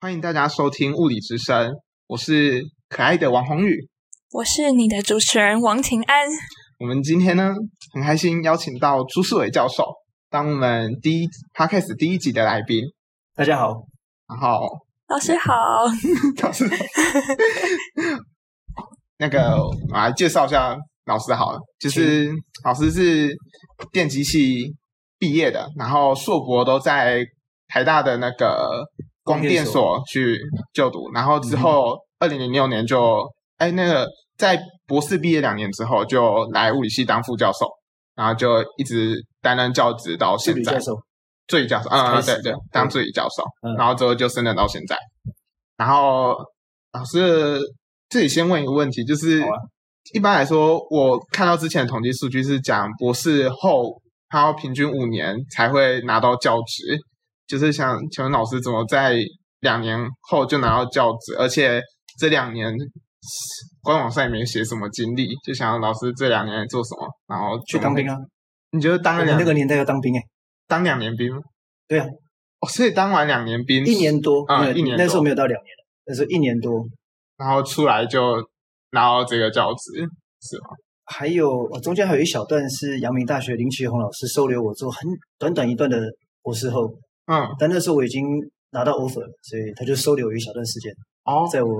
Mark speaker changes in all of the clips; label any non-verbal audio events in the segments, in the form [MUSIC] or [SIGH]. Speaker 1: 欢迎大家收听《物理之声》，我是可爱的王宏宇。
Speaker 2: 我是你的主持人王晴安。
Speaker 1: 我们今天呢，很开心邀请到朱世伟教授当我们第一 podcast 第一集的来宾。
Speaker 3: 大家好，
Speaker 1: 然后，
Speaker 2: 老师
Speaker 3: 哦
Speaker 2: 好，
Speaker 1: [LAUGHS] 老师，那个我来介绍一下老师好了，就是老师是电机系毕业的，然后硕博都在台大的那个光电所嗯去就读，然后之后二零零六年就哎那个在博士毕业两年之后就来物理系当副教授，然后就一直担任教职到
Speaker 3: 助
Speaker 1: 现
Speaker 3: 理
Speaker 1: 在
Speaker 3: 教。授。
Speaker 1: 助理教授，嗯，对
Speaker 3: 开始
Speaker 1: 对
Speaker 3: 的，
Speaker 1: 当
Speaker 3: 对
Speaker 1: 助理教授，
Speaker 3: 嗯
Speaker 1: 然后之后就升任到现在。然后老师这里先问一个问题，就是、
Speaker 3: 好啊
Speaker 1: 一般来说，我看到之前的统计数据是讲博士后他要平均五年才会拿到教职，就是想请问老师怎么在两年后就拿到教职，而且这两年。官网上也没写什么经历，就想老师这两年做什么，然后
Speaker 3: 去当兵
Speaker 1: 啊？
Speaker 3: 啊！
Speaker 1: 你觉得当
Speaker 3: 我
Speaker 1: 了
Speaker 3: 们
Speaker 1: 两
Speaker 3: 那个年代要当兵哎、
Speaker 1: 当两年兵吗？
Speaker 3: 对啊，
Speaker 1: 哦，所以当完两年兵，
Speaker 3: 一年多
Speaker 1: 啊
Speaker 3: 没有
Speaker 1: 一年多
Speaker 3: 那时候没有到两年，那时候一年多。
Speaker 1: 然后出来就拿到这个教职，是吗？
Speaker 3: 还有呃中间还有一小段是阳明大学林奇宏老师收留我做很短短一段的博士后，
Speaker 1: 嗯，
Speaker 3: 但那时候我已经拿到 offer 了，所以他就收留我一小段时间，
Speaker 1: 哦，
Speaker 3: 在我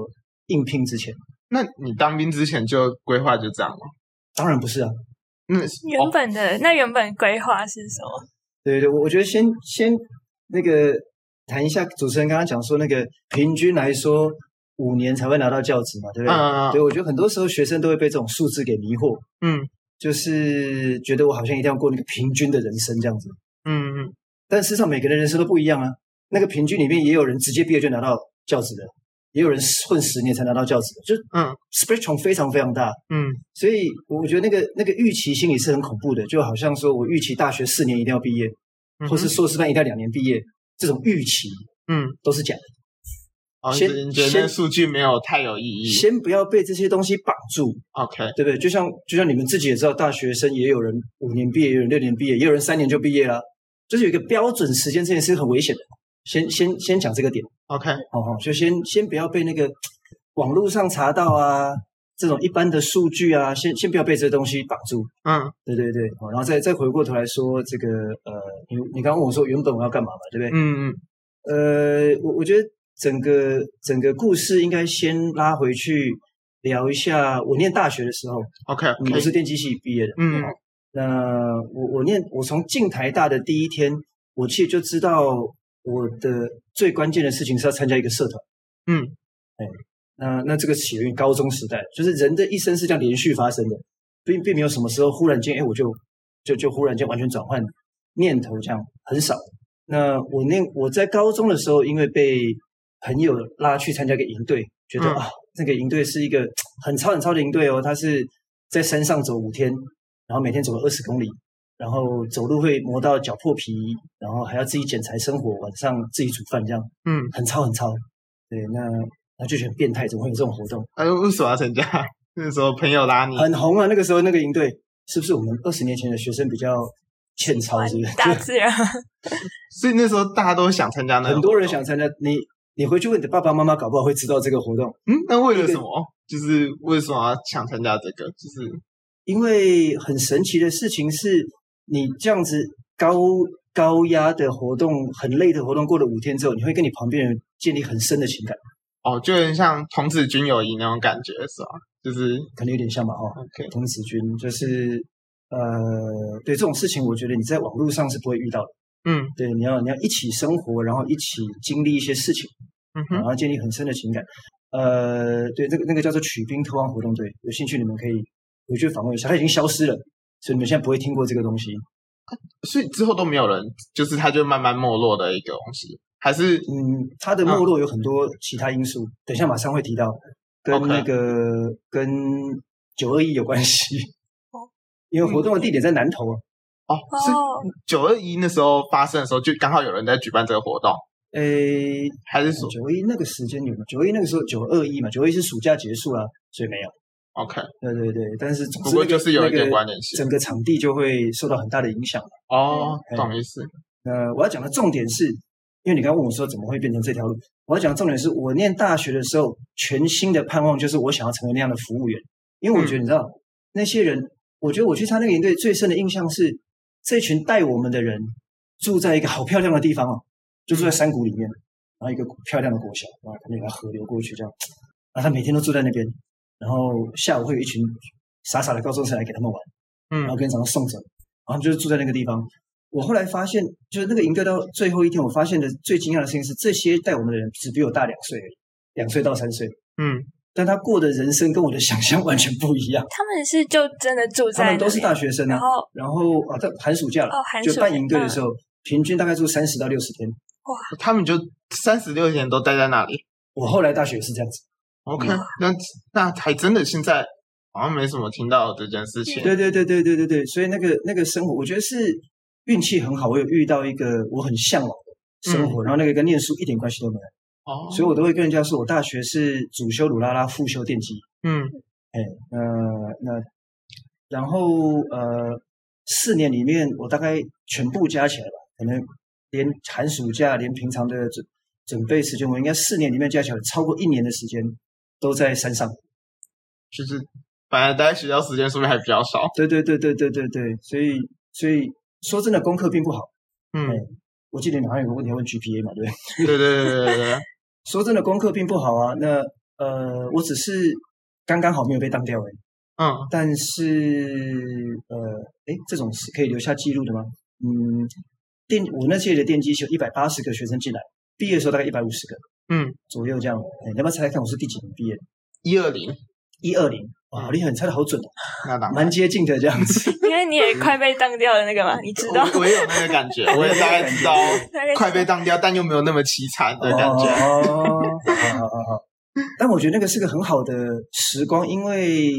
Speaker 3: 应聘之前。
Speaker 1: 那你当兵之前就规划就这样吗？
Speaker 3: 当然不是啊，
Speaker 1: 那
Speaker 2: 原
Speaker 1: 哦
Speaker 2: 本的、那原本规划是什么？
Speaker 3: 对对，我我觉得先先那个谈一下主持人刚刚讲说那个平均来说五年才会拿到教职嘛，对不对？
Speaker 1: 嗯嗯
Speaker 3: 对，我觉得很多时候学生都会被这种数字给迷惑，
Speaker 1: 嗯
Speaker 3: 就是觉得我好像一定要过那个平均的人生这样子。
Speaker 1: 嗯嗯，
Speaker 3: 但事实上，每个人的人生都不一样啊。那个平均里面也有人直接毕业就拿到教职的，也有人混十年才拿到教职的，就是
Speaker 1: 嗯
Speaker 3: spectrum 非常非常大。
Speaker 1: 嗯
Speaker 3: 所以我觉得那个那个预期心理是很恐怖的，就好像说我预期大学四年一定要毕业，
Speaker 1: 嗯，
Speaker 3: 或是硕士班一定要两年毕业，这种预期
Speaker 1: 嗯，
Speaker 3: 都是假的。
Speaker 1: 哦，你
Speaker 3: 先
Speaker 1: 觉得你觉得
Speaker 3: 先
Speaker 1: 那数据没有太有意义
Speaker 3: 先不要被这些东西绑住，
Speaker 1: ？OK，
Speaker 3: 对不对？就像就像你们自己也知道，大学生也有人五年毕业，也有人六年毕业，也有人三年就毕业了，就是有一个标准时间，这件事很危险的。先先先讲这个点，
Speaker 1: OK，
Speaker 3: 哦哦，就先先不要被那个网络上查到啊，这种一般的数据啊，先先不要被这东西绑住。
Speaker 1: 嗯
Speaker 3: 对对对，哦，然后再再回过头来说这个呃，你你刚刚问我说原本我要干嘛嘛，对不对？
Speaker 1: 嗯嗯
Speaker 3: 呃，我我觉得整个整个故事应该先拉回去聊一下，我念大学的时候，
Speaker 1: ，OK，
Speaker 3: 嗯我是哦电机系毕业的。
Speaker 1: 嗯
Speaker 3: 那我我念我从进台大的第一天，我其实就知道我的最关键的事情是要参加一个社团。
Speaker 1: 嗯，
Speaker 3: 哎，那那这个起源于高中时代，就是人的一生是这样连续发生的，并并没有什么时候忽然间，哎，我就就就忽然间完全转换念头，这样很少。那我念我在高中的时候，因为被朋友拉去参加一个营队，觉得、
Speaker 1: 嗯
Speaker 3: 啊，那个营队是一个很超很超的营队哦，它是在山上走五天，然后每天走了二十公里，然后走路会磨到脚破皮，然后还要自己捡柴生火，晚上自己煮饭，这样
Speaker 1: 嗯，
Speaker 3: 很超很超。对，那那就觉得很变态，怎么会有这种活动？
Speaker 1: 哎，为什么要参加？ [LAUGHS] 那时候朋友拉你，
Speaker 3: 很红啊，那个时候那个营队是不是我们二十年前的学生比较欠操，是不是？
Speaker 2: 大自然
Speaker 1: 所以那时候大家都想参加那个
Speaker 3: 很多人
Speaker 1: 活动，
Speaker 3: 想参加，你你回去问你的爸爸妈妈，搞不好会知道这个活动。
Speaker 1: 嗯，那为了什么？就是为什么要想参加这个？就是
Speaker 3: 因为很神奇的事情是，你这样子高高压的活动、很累的活动，过了五天之后，你会跟你旁边人建立很深的情感，
Speaker 1: 哦，就有点像童子军友谊那种感觉，是吧？就是
Speaker 3: 可能有点像吧，哦，
Speaker 1: OK，
Speaker 3: 童子军就是呃，对这种事情，我觉得你在网络上是不会遇到的。
Speaker 1: 嗯
Speaker 3: 对，你要你要一起生活，然后一起经历一些事情，
Speaker 1: 嗯哼
Speaker 3: 然。后建立很深的情感。呃，对，那个那个叫做取兵特望活动队，有兴趣你们可以回去访问一下，它已经消失了，所以你们现在不会听过这个东西。
Speaker 1: 所以之后都没有人，就是它就慢慢没落的一个东西，还是
Speaker 3: 嗯，它的没落有很多其他因素，等一下马上会提到，跟
Speaker 1: OK
Speaker 3: 那个跟九二一有关系
Speaker 2: 哦，
Speaker 3: 因
Speaker 1: 嗯
Speaker 3: 为活动的地点在南投啊。
Speaker 1: 哦，是
Speaker 2: 哦，
Speaker 1: 九二一那时候发生的时候，就刚好有人在举办这个活动，
Speaker 3: 诶，
Speaker 1: 还是说
Speaker 3: 九二一那个时间有吗？九二一那个时候九二一嘛，九二一是暑假结束了，啊所以没有。
Speaker 1: OK？
Speaker 3: 对对对，但是总
Speaker 1: 不
Speaker 3: 之、那
Speaker 1: 过
Speaker 3: 个、
Speaker 1: 就是有一点
Speaker 3: 那个
Speaker 1: 关联性
Speaker 3: 整个场地就会受到很大的影响。
Speaker 1: 哦，
Speaker 3: 嗯
Speaker 1: 懂意思。
Speaker 3: 呃，我要讲的重点是，因为你刚刚问我说怎么会变成这条路，我要讲重点是我念大学的时候，全新的盼望就是我想要成为那样的服务员，因为我觉得你知道、那些人，我觉得我去他那个营队最深的印象是，这群带我们的人住在一个好漂亮的地方哦，就住在山谷里面，然后一个漂亮的国小，然后可能有条河流过去这样，然后他每天都住在那边，然后下午会有一群傻傻的高中生来给他们玩。然后
Speaker 1: 嗯
Speaker 3: 跟早上送走，然后就是住在那个地方。我后来发现，就是那个营队到最后一天，我发现的最惊讶的事情是，这些带我们的人只比我大两岁而已，两岁到三岁，
Speaker 1: 嗯，
Speaker 3: 但他过的人生跟我的想象完全不一样。
Speaker 2: 他们是就真的住
Speaker 3: 他
Speaker 2: 在
Speaker 3: 们都是大
Speaker 2: 学，
Speaker 3: 学生
Speaker 2: 然
Speaker 3: 啊，
Speaker 2: 后
Speaker 3: 然后啊，在寒暑假了，
Speaker 2: 哦寒暑
Speaker 3: 就
Speaker 2: 假
Speaker 3: 办营队的时候，平均大概住三十到六十天。
Speaker 1: 他们就三十六年都待在那里。
Speaker 3: 我后来大学也是这样子，
Speaker 1: OK，、
Speaker 2: 嗯
Speaker 1: 那那还真的现在好像没什么听到这件事情。
Speaker 3: 对对对对对对对，所以那个那个生活，我觉得是运气很好，我有遇到一个我很向往的生
Speaker 2: 嗯
Speaker 3: 活，然后那个跟念书一点关系都没有。
Speaker 1: 哦，
Speaker 3: 所以我都会跟人家说，我大学是主修鲁拉拉，副修电机。
Speaker 1: 嗯
Speaker 3: 哎，那那然后呃，四年里面我大概全部加起来吧，可能连寒暑假，连平常的准准备时间，我应该四年里面加起来超过一年的时间都在山上。
Speaker 1: 就是本来待在学校时间说明还比较少。
Speaker 3: 对对对对对对对，所以所以说真的功课并不好。
Speaker 1: 嗯，
Speaker 3: 我记得你好像有个问题要问 GPA 嘛，对不对？ [LAUGHS]
Speaker 1: 对对对对对对，
Speaker 3: 说真的，功课并不好啊。那呃，我只是刚刚好没有被当掉而已。
Speaker 1: 嗯
Speaker 3: 但是呃，哎，这种是可以留下记录的吗？嗯，电我那届的电机系有一百八十个学生进来，毕业的时候大概一百五十个
Speaker 1: 嗯，
Speaker 3: 左右这样。哎，你要不要猜猜看我是第几年毕业的？
Speaker 1: 一二零，
Speaker 3: 一二零，哇，
Speaker 1: 嗯
Speaker 3: 好厉害，你猜的好准哦，
Speaker 1: 那当然
Speaker 3: 蛮。接近的这样
Speaker 1: [LAUGHS]
Speaker 3: 子。
Speaker 2: 因为你也快被当掉的那
Speaker 3: [LAUGHS]
Speaker 2: 个嘛，你知
Speaker 3: 哦
Speaker 2: 道
Speaker 1: 我我也有那个感觉，我也大概
Speaker 2: [LAUGHS]
Speaker 1: 知道
Speaker 2: 大概
Speaker 1: 快被当掉，但又没有那么凄惨的感觉。
Speaker 3: 哦，好好好好。但我觉得那个是个很好的时光，因为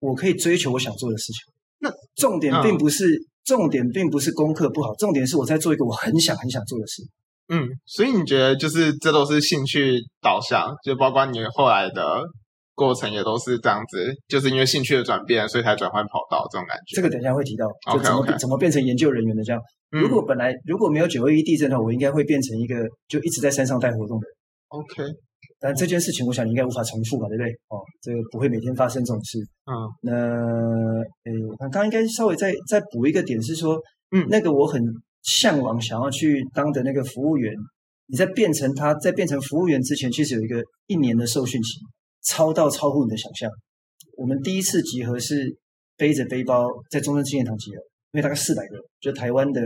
Speaker 3: 我可以追求我想做的事情。
Speaker 1: 那
Speaker 3: 重点
Speaker 1: 嗯
Speaker 3: 并不是、重点并不是功课不好，重点是我在做一个我很想很想做的事。
Speaker 1: 嗯，所以你觉得就是这都是兴趣导向，就包括你后来的过程也都是这样子，就是因为兴趣的转变，所以才转换跑道这种感觉。
Speaker 3: 这个等一下会提到，就
Speaker 1: OK，
Speaker 3: 怎么
Speaker 1: OK
Speaker 3: 怎么变成研究人员的这样。
Speaker 1: 嗯
Speaker 3: 如果本来如果没有九二一地震的话，我应该会变成一个就一直在山上带活动的人。
Speaker 1: OK，
Speaker 3: 但这件事情，我想你应该无法重复吧，对不对？哦，这个不会每天发生这种事。
Speaker 1: 嗯
Speaker 3: 那诶，我看刚刚应该稍微再再补一个点是说，
Speaker 1: 嗯
Speaker 3: 那个我很向往想要去当的那个服务员，你在变成他在变成服务员之前，其实有一个一年的受训期，超到超乎你的想象。我们第一次集合是背着背包在中正纪念堂集合，因为大概四百个人，就台湾的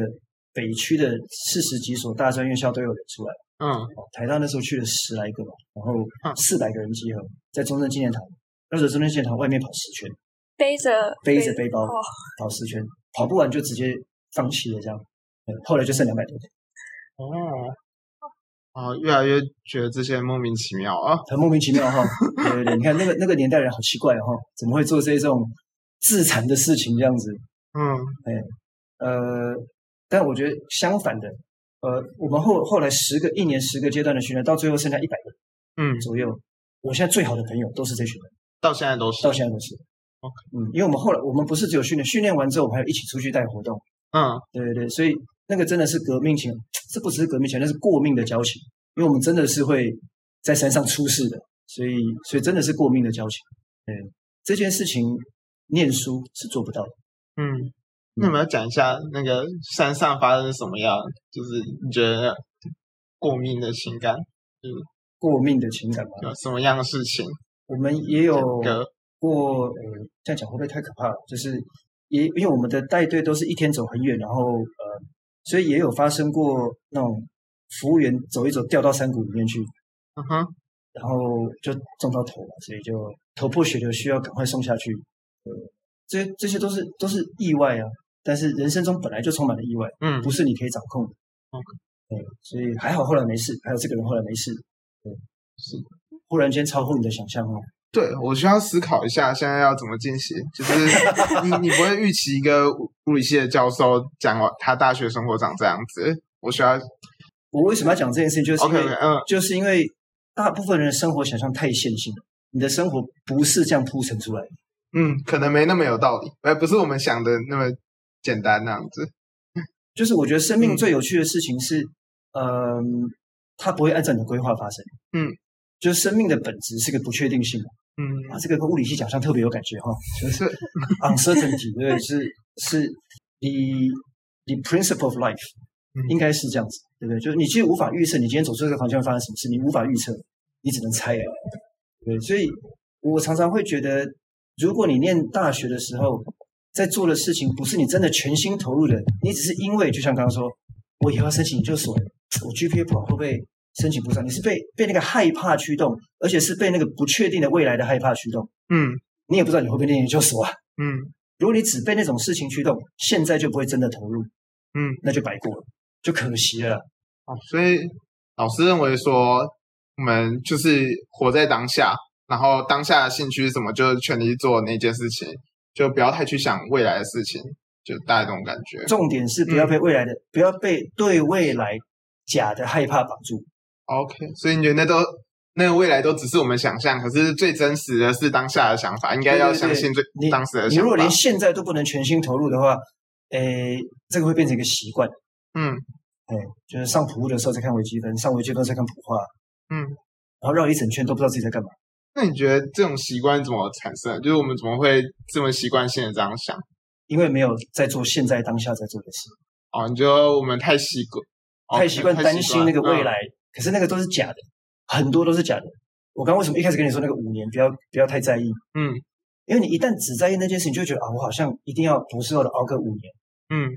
Speaker 3: 北区的四十几所大专院校都有人出来。
Speaker 1: 嗯
Speaker 3: 哦，台大那时候去了十来个吧，然后
Speaker 1: 嗯
Speaker 3: 四百个人集合在中正纪念堂，绕着中正纪念堂外面跑十圈。
Speaker 2: 背着
Speaker 3: 背着背包
Speaker 2: 哦
Speaker 3: 跑十圈，跑不完就直接放弃了这样。对后来就剩两百多天，
Speaker 1: 哦哦，越来越觉得这些莫名其妙啊。
Speaker 3: 很莫名其妙哈、对对对，你看那个那个年代人好奇怪哈、哦，怎么会做这种自残的事情这样子？
Speaker 1: 嗯
Speaker 3: 呃，但我觉得相反的，呃，我们后后来十个一年十个阶段的训练，到最后剩下一百个
Speaker 1: 嗯，
Speaker 3: 左右。我现在最好的朋友都是这群人，
Speaker 1: 到现在都是
Speaker 3: 到现在都是。
Speaker 1: OK
Speaker 3: 嗯，因为我们后来我们不是只有训练，训练完之后我们还有一起出去带活动，
Speaker 1: 嗯
Speaker 3: 对对对，所以那个真的是革命情，这不只是革命情，那是过命的交情，因为我们真的是会在山上出事的，所以所以真的是过命的交情。对这件事情，念书是做不到的。
Speaker 1: 嗯。那我们要讲一下那个山上发生什么样，就是你觉得过敏的情感
Speaker 3: 过命的情感嘛，
Speaker 1: 有什么样的事情？
Speaker 3: 我们也有
Speaker 1: 整个
Speaker 3: 过，呃，这样讲会不会太可怕了？就是也因为我们的带队都是一天走很远，然后呃，所以也有发生过那种服务员走一走掉到山谷里面去，
Speaker 1: 嗯哼，
Speaker 3: 然后就撞到头了，所以就头破血流，需要赶快送下去。呃，这这些都是都是意外啊，但是人生中本来就充满了意外，
Speaker 1: 嗯
Speaker 3: 不是你可以掌控的。
Speaker 1: OK
Speaker 3: 对，所以还好后来没事，还有这个人后来没事。对，
Speaker 1: 是
Speaker 3: 忽然间超乎你的想象哦。
Speaker 1: 对，我需要思考一下，现在要怎么进行？就是 [LAUGHS] 你，你不会预期一个物理系的教授讲完他大学生活长这样子。我需要
Speaker 3: 我为什么要讲这件事情，就是因
Speaker 1: OK
Speaker 3: 为
Speaker 1: OK，嗯
Speaker 3: 就是因为大部分人的生活想象太线性了，你的生活不是这样铺陈出来的。
Speaker 1: 嗯，可能没那么有道理，哎，不是我们想的那么简单那样子。
Speaker 3: 就是我觉得生命
Speaker 1: 嗯
Speaker 3: 最有趣的事情是，嗯、它不会按照你的规划发生。
Speaker 1: 嗯，
Speaker 3: 就是生命的本质是个不确定性嘛
Speaker 1: 嗯，
Speaker 3: 啊，这个跟物理系讲上特别有感觉哈、
Speaker 1: 就是
Speaker 3: [LAUGHS] uncertainty，对不对？是是 the the principle of life，、
Speaker 1: 嗯
Speaker 3: 应该是这样子，对不对？就是你其实无法预测你今天走出这个方向会发生什么事，你无法预测，你只能猜而已。对，所以我常常会觉得，如果你念大学的时候在做的事情不是你真的全心投入的，你只是因为就像刚刚说，我以后要申请研究所，我 GPA 不好会不会申请不上？你是被被那个害怕驱动，而且是被那个不确定的未来的害怕驱动，
Speaker 1: 嗯
Speaker 3: 你也不知道你会不会念研究所啊。
Speaker 1: 嗯
Speaker 3: 如果你只被那种事情驱动，现在就不会真的投入，
Speaker 1: 嗯，
Speaker 3: 那就白过了，就可惜了啦。
Speaker 1: 哦，所以老师认为说，我们就是活在当下，然后当下的兴趣是什么，就全力做那件事情，就不要太去想未来的事情，就大概这种感觉。
Speaker 3: 重点是
Speaker 1: 嗯
Speaker 3: 不要被未来的，不要被对未来假的害怕绑住。
Speaker 1: OK，所以你觉得那都那个未来都只是我们想象，可是最真实的是当下的想法，应该要
Speaker 3: 对对对
Speaker 1: 相信最
Speaker 3: 你
Speaker 1: 当时的
Speaker 3: 你
Speaker 1: 想
Speaker 3: 如果
Speaker 1: 法
Speaker 3: 连。现在都不能全心投入的话，诶，这个会变成一个习惯。
Speaker 1: 嗯
Speaker 3: 哎，就是上普物的时候在看微积分，上微积分在看普化，
Speaker 1: 嗯，
Speaker 3: 然后绕一整圈都不知道自己在干嘛。
Speaker 1: 那你觉得这种习惯怎么产生的？就是我们怎么会这么习惯性的这样想？
Speaker 3: 因为没有在做现在当下在做的事，
Speaker 1: 哦，你觉得我们太习惯，哦
Speaker 3: 哦太习惯担心那个未。
Speaker 1: 嗯
Speaker 3: 来，可是那个都是假的，很多都是假的。我刚刚为什么一开始跟你说那个五年不要不要太在意？
Speaker 1: 嗯
Speaker 3: 因为你一旦只在意那件事，你就会觉得啊，我好像一定要博士后的熬个五年。
Speaker 1: 嗯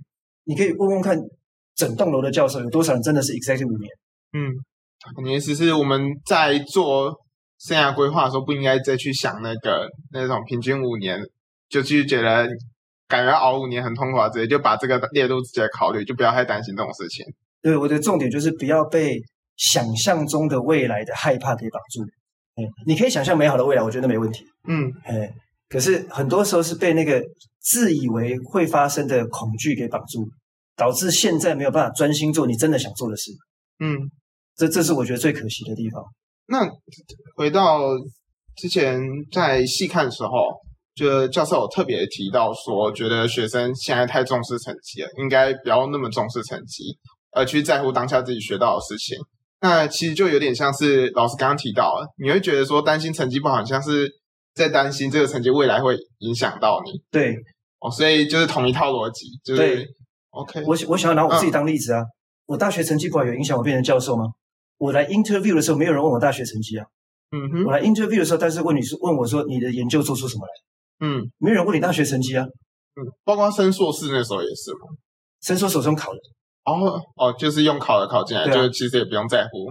Speaker 3: 你可以问问看，整栋楼的教授有多少人真的是 exactly 五年？
Speaker 1: 嗯，你的意思是我们在做生涯规划的时候，不应该再去想那个那种平均五年，就去觉得感觉要熬五年很痛苦啊，直接就把这个列入自己的考虑，就不要太担心这种事情。
Speaker 3: 对，我的重点就是不要被想象中的未来的害怕给绑住。哎，你可以想象美好的未来，我觉得没问题。
Speaker 1: 嗯
Speaker 3: 哎，可是很多时候是被那个自以为会发生的恐惧给绑住，导致现在没有办法专心做你真的想做的事。
Speaker 1: 嗯，
Speaker 3: 这这是我觉得最可惜的地方。
Speaker 1: 那回到之前在细看的时候，就是教授有特别提到说，觉得学生现在太重视成绩了，应该不要那么重视成绩，而去在乎当下自己学到的事情。那其实就有点像是老师刚刚提到的，你会觉得说担心成绩不好，很像是在担心这个成绩未来会影响到你
Speaker 3: 对
Speaker 1: 哦，所以就是同一套逻辑，就是
Speaker 3: 对
Speaker 1: OK，
Speaker 3: 我，我想要拿我自己当例子啊。我大学成绩不好，有影响我变成教授吗？我来 interview 的时候，没有人问我大学成绩啊。
Speaker 1: 嗯哼
Speaker 3: 我，来 interview 的时候，但是问你是问我说你的研究做出什么来，
Speaker 1: 嗯
Speaker 3: 没有人问你大学成绩啊，
Speaker 1: 嗯，包括升硕士那时候也是嘛，
Speaker 3: 伸缩手中考的。
Speaker 1: 哦哦，就是用考的考进来，
Speaker 3: 对啊
Speaker 1: 就其实也不用在乎，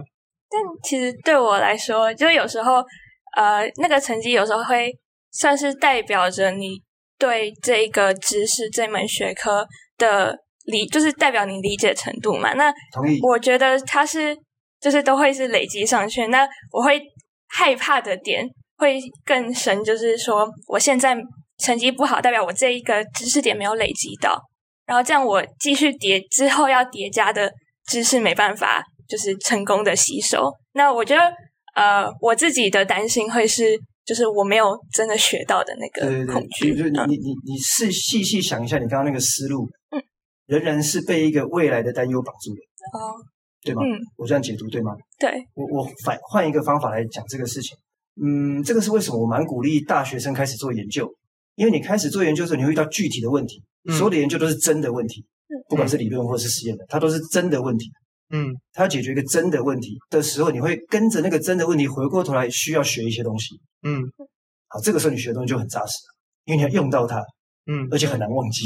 Speaker 2: 但其实对我来说，就是有时候，呃，那个成绩有时候会算是代表着你对这一个知识、这门学科的理，就是代表你理解程度嘛。那
Speaker 3: 同意，
Speaker 2: 我觉得它是，就是都会是累积上去。那我会害怕的点会更深，就是说我现在成绩不好，代表我这一个知识点没有累积到，然后这样我继续叠之后要叠加的知识没办法就是成功的吸收。那我觉得呃，我自己的担心会是，就是我没有真的学到的那
Speaker 3: 对
Speaker 2: 个
Speaker 3: 对对
Speaker 2: 恐，惧
Speaker 3: 你。就
Speaker 2: 嗯
Speaker 3: 你你你你是细细想一下，你刚刚那个思路，仍然是被一个未来的担忧绑住的，
Speaker 2: 哦，
Speaker 3: 对吗？
Speaker 2: 嗯
Speaker 3: 我这样解读对吗？
Speaker 2: 对，
Speaker 3: 我我反换一个方法来讲这个事情，嗯，这个是为什么我蛮鼓励大学生开始做研究，因为你开始做研究的时候，你会遇到具体的问题，
Speaker 1: 嗯
Speaker 3: 所有的研究都是真的问题，
Speaker 2: 嗯
Speaker 3: 不管是理论或是实验的，它都是真的问题。
Speaker 1: 嗯
Speaker 3: 他要解决一个真的问题的时候，你会跟着那个真的问题回过头来，需要学一些东西。
Speaker 1: 嗯
Speaker 3: 好，这个时候你学的东西就很扎实，因为你要用到它，
Speaker 1: 嗯
Speaker 3: 而且很难忘记。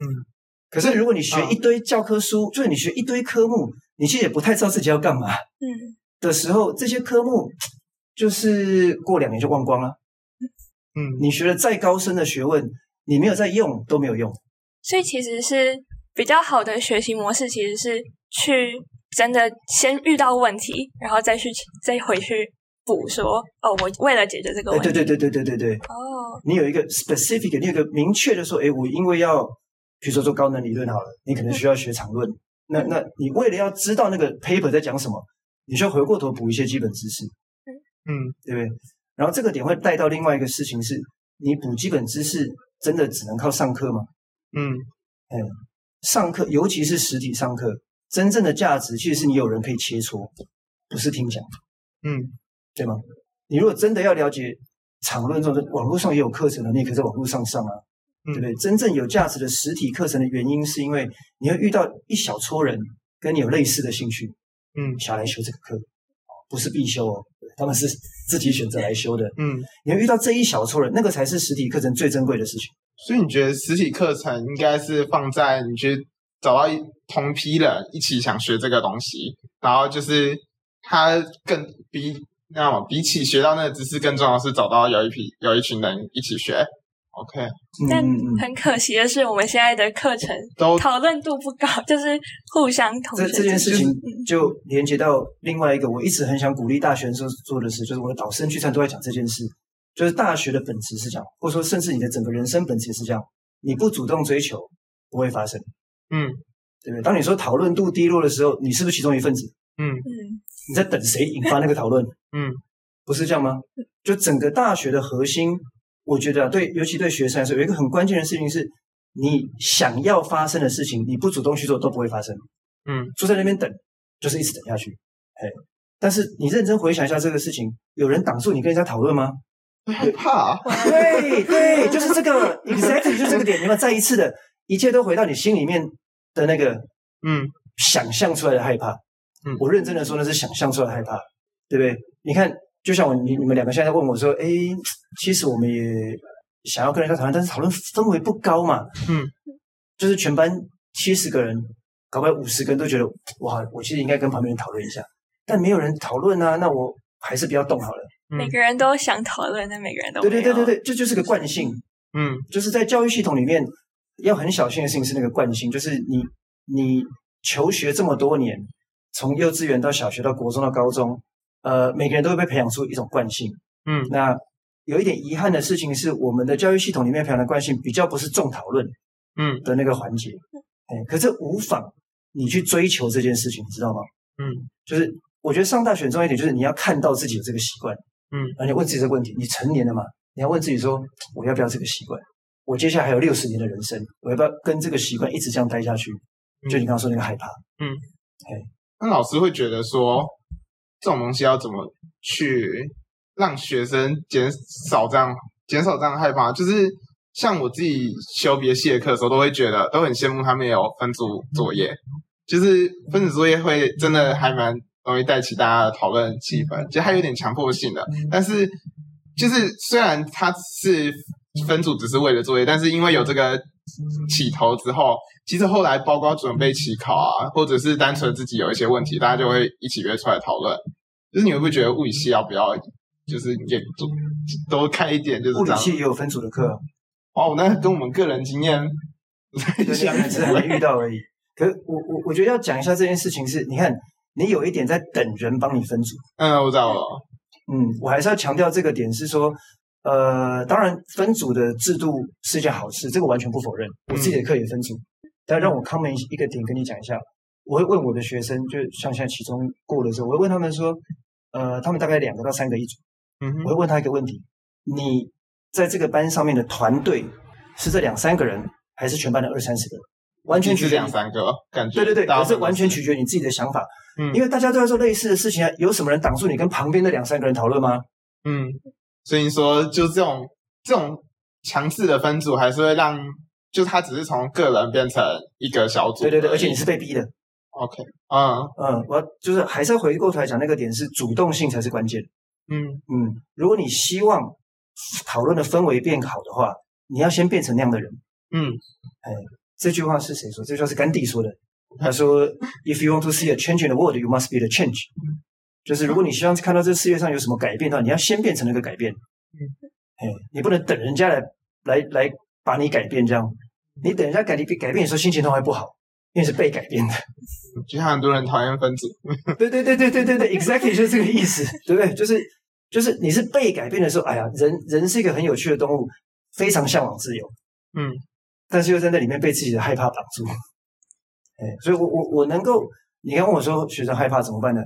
Speaker 1: 嗯，
Speaker 3: [LAUGHS] 可是如果你学一堆教科书，就是你学一堆科目，你其实也不太知道自己要干嘛
Speaker 2: 嗯，
Speaker 3: 的时候，这些科目就是过两年就忘光了。
Speaker 1: 嗯，
Speaker 3: 你学了再高深的学问，你没有在用都没有用。
Speaker 2: 所以其实是比较好的学习模式，其实是去真的先遇到问题，然后再去再回去补说哦，我为了解决这个
Speaker 3: 哎，
Speaker 2: 问题，
Speaker 3: 对对对对对对对，
Speaker 2: 哦，
Speaker 3: 你有一个 specific，你有一个明确的说，哎，我因为要，比如说做高能理论好了，你可能需要学场论。那那你为了要知道那个 paper 在讲什么，你需要回过头补一些基本知识，
Speaker 1: 嗯
Speaker 3: 对不对？然后这个点会带到另外一个事情是，你补基本知识真的只能靠上课吗？
Speaker 1: 嗯
Speaker 3: 上课，尤其是实体上课，真正的价值其实是你有人可以切磋，不是听讲，
Speaker 1: 嗯，
Speaker 3: 对吗？你如果真的要了解场论这种，网络上也有课程的，你也可以在网络上上啊，
Speaker 1: 嗯
Speaker 3: 对不对？真正有价值的实体课程的原因，是因为你会遇到一小撮人跟你有类似的兴趣，
Speaker 1: 嗯
Speaker 3: 想来修这个课，不是必修哦，他们是自己选择来修的。
Speaker 1: 嗯，
Speaker 3: 你会遇到这一小撮人，那个才是实体课程最珍贵的事情。
Speaker 1: 所以你觉得实体课程应该是放在你去找到一同批人一起想学这个东西，然后就是他更比那种比起学到那个知识更重要的是找到有一批有一群人一起学。OK，
Speaker 2: 但
Speaker 3: 嗯嗯嗯，
Speaker 2: 很可惜的是，我们现在的课程
Speaker 1: 都
Speaker 2: 讨论度不高，就是互相同学
Speaker 3: 这这件
Speaker 2: 之
Speaker 3: 事
Speaker 2: 间
Speaker 3: 情
Speaker 2: 嗯
Speaker 3: 就连接到另外一个我一直很想鼓励大学生做的事，就是我的导生聚餐都在讲这件事，就是大学的本质是这样，或者说甚至你的整个人生本质是这样，你不主动追求不会发生，
Speaker 1: 嗯
Speaker 3: 对不对？当你说讨论度低落的时候，你是不是其中一份子？
Speaker 1: 嗯
Speaker 2: 嗯，
Speaker 3: 你在等谁引发那个讨论？
Speaker 1: 嗯
Speaker 3: 不是这样吗？就整个大学的核心，我觉得、啊、对，尤其对学生来说，有一个很关键的事情是，你想要发生的事情，你不主动去做都不会发生。
Speaker 1: 嗯，
Speaker 3: 坐在那边等，就是一直等下去。哎，但是你认真回想一下这个事情，有人挡住你跟人家讨论吗？
Speaker 1: 害怕啊，
Speaker 3: [LAUGHS] 对 [LAUGHS] 对，就是这个，exactly 就是这个点。你有没有再一次的，一切都回到你心里面的那个
Speaker 1: 嗯
Speaker 3: 想象出来的害怕。
Speaker 1: 嗯
Speaker 3: 我认真的说，那是想象出来的害怕，对不对？你看，就像我你你们两个现在在问我说，哎，其实我们也想要跟人家讨论，但是讨论氛围不高嘛。
Speaker 1: 嗯，
Speaker 3: 就是全班七十个人，搞不好五十个人都觉得，哇，我其实应该跟旁边人讨论一下，但没有人讨论啊，那我还是不要动好了。
Speaker 2: 每
Speaker 1: 嗯
Speaker 2: 个人都想讨论，但每个人都
Speaker 3: 对对对
Speaker 2: 没有
Speaker 3: 对对，这就是个惯性。
Speaker 1: 嗯
Speaker 3: 就是在教育系统里面要很小心的事情是那个惯性，就是你你求学这么多年，从幼稚园到小学到国中到高中，呃，每个人都会被培养出一种惯性。
Speaker 1: 嗯
Speaker 3: 那有一点遗憾的事情是，我们的教育系统里面培养的惯性比较不是重讨论
Speaker 1: 嗯
Speaker 3: 的那个环节，哎，可是无妨你去追求这件事情，你知道吗？
Speaker 1: 嗯
Speaker 3: 就是我觉得上大学很重要一点，就是你要看到自己有这个习惯，
Speaker 1: 嗯，
Speaker 3: 而且问自己这个问题，你成年了嘛？你要问自己说，我要不要这个习惯？我接下来还有六十年的人生，我要不要跟这个习惯一直这样待下去？
Speaker 1: 嗯
Speaker 3: 就你刚刚说那个害怕，
Speaker 1: 那老师会觉得说，这种东西要怎么去让学生减少这样减少这样的害怕？就是像我自己修别系的课的时候，都会觉得都很羡慕他们有分组作业，就是分组作业会真的还蛮容易带起大家的讨论气
Speaker 3: 嗯
Speaker 1: 氛，其实它有点强迫性的。但是就是虽然它是分组只是为了作业，但是因为有这个
Speaker 3: 嗯
Speaker 1: 起头之后，其实后来包括准备期考啊，或者是单纯自己有一些问题，大家就会一起约出来讨论。就是你会不会觉得物理系要不要，就是也多多开一点，就是
Speaker 3: 物
Speaker 1: 这
Speaker 3: 理
Speaker 1: 样。
Speaker 3: 系也有分组的课，
Speaker 1: 哦，那跟我们个人经验 [LAUGHS] 不太
Speaker 3: 对，
Speaker 1: 相
Speaker 3: 只是还
Speaker 1: 符。
Speaker 3: 没遇到而已。可是我我我觉得要讲一下这件事情是，你看你有一点在等人帮你分组，
Speaker 1: 嗯，我知道了。
Speaker 3: 嗯，我还是要强调这个点是说，呃，当然分组的制度是一件好事，这个完全不否认。
Speaker 1: 嗯
Speaker 3: 我自己的课也分组，但让我 comment 一个点跟你讲一下，我会问我的学生，就像现在期中过的时候，我会问他们说，呃，他们大概两个到三个一组，
Speaker 1: 嗯
Speaker 3: 我会
Speaker 1: 哼，
Speaker 3: 问他一个问题：你在这个班上面的团队是这两三个人，还是全班的二三十个人？完全
Speaker 1: 一
Speaker 3: 取
Speaker 1: 次
Speaker 3: 决于
Speaker 1: 两三个，感觉
Speaker 3: 对对对，
Speaker 1: 大
Speaker 3: 可
Speaker 1: 部
Speaker 3: 是
Speaker 1: 分都
Speaker 3: 完全取决于你自己的想法，
Speaker 1: 嗯
Speaker 3: 因为大家都在做类似的事情啊，有什么人挡住你跟旁边的两三个人讨论吗？
Speaker 1: 嗯，所以说就这种这种强制的分组，还是会让就他只是从个人变成一个小组。
Speaker 3: 对对对，而且你是被逼的。
Speaker 1: OK，嗯
Speaker 3: 嗯，我要就是还是要回过头来讲那个点是主动性才是关键。
Speaker 1: 嗯
Speaker 3: 嗯，如果你希望讨论的氛围变好的话，你要先变成那样的人。
Speaker 1: 嗯
Speaker 3: 这句话是谁说？这句话是甘地说的。他说：“If you want to see a change in the world, you must be the change。”就是如果你希望看到这世界上有什么改变的话，你要先变成那个改变。哎，你不能等人家来来来把你改变这样。你等人家改变改变的时候，心情都还不好，因为是被改变的。
Speaker 1: 就像很多人讨厌分组。
Speaker 3: 对对对对对对对，exactly 就是这个意思，对不对？就是就是你是被改变的时候，哎呀，人人是一个很有趣的动物，非常向往自由，
Speaker 1: 嗯，
Speaker 3: 但是又在那里面被自己的害怕绑住。哎，所以我我我能够，你刚问我说学生害怕怎么办呢？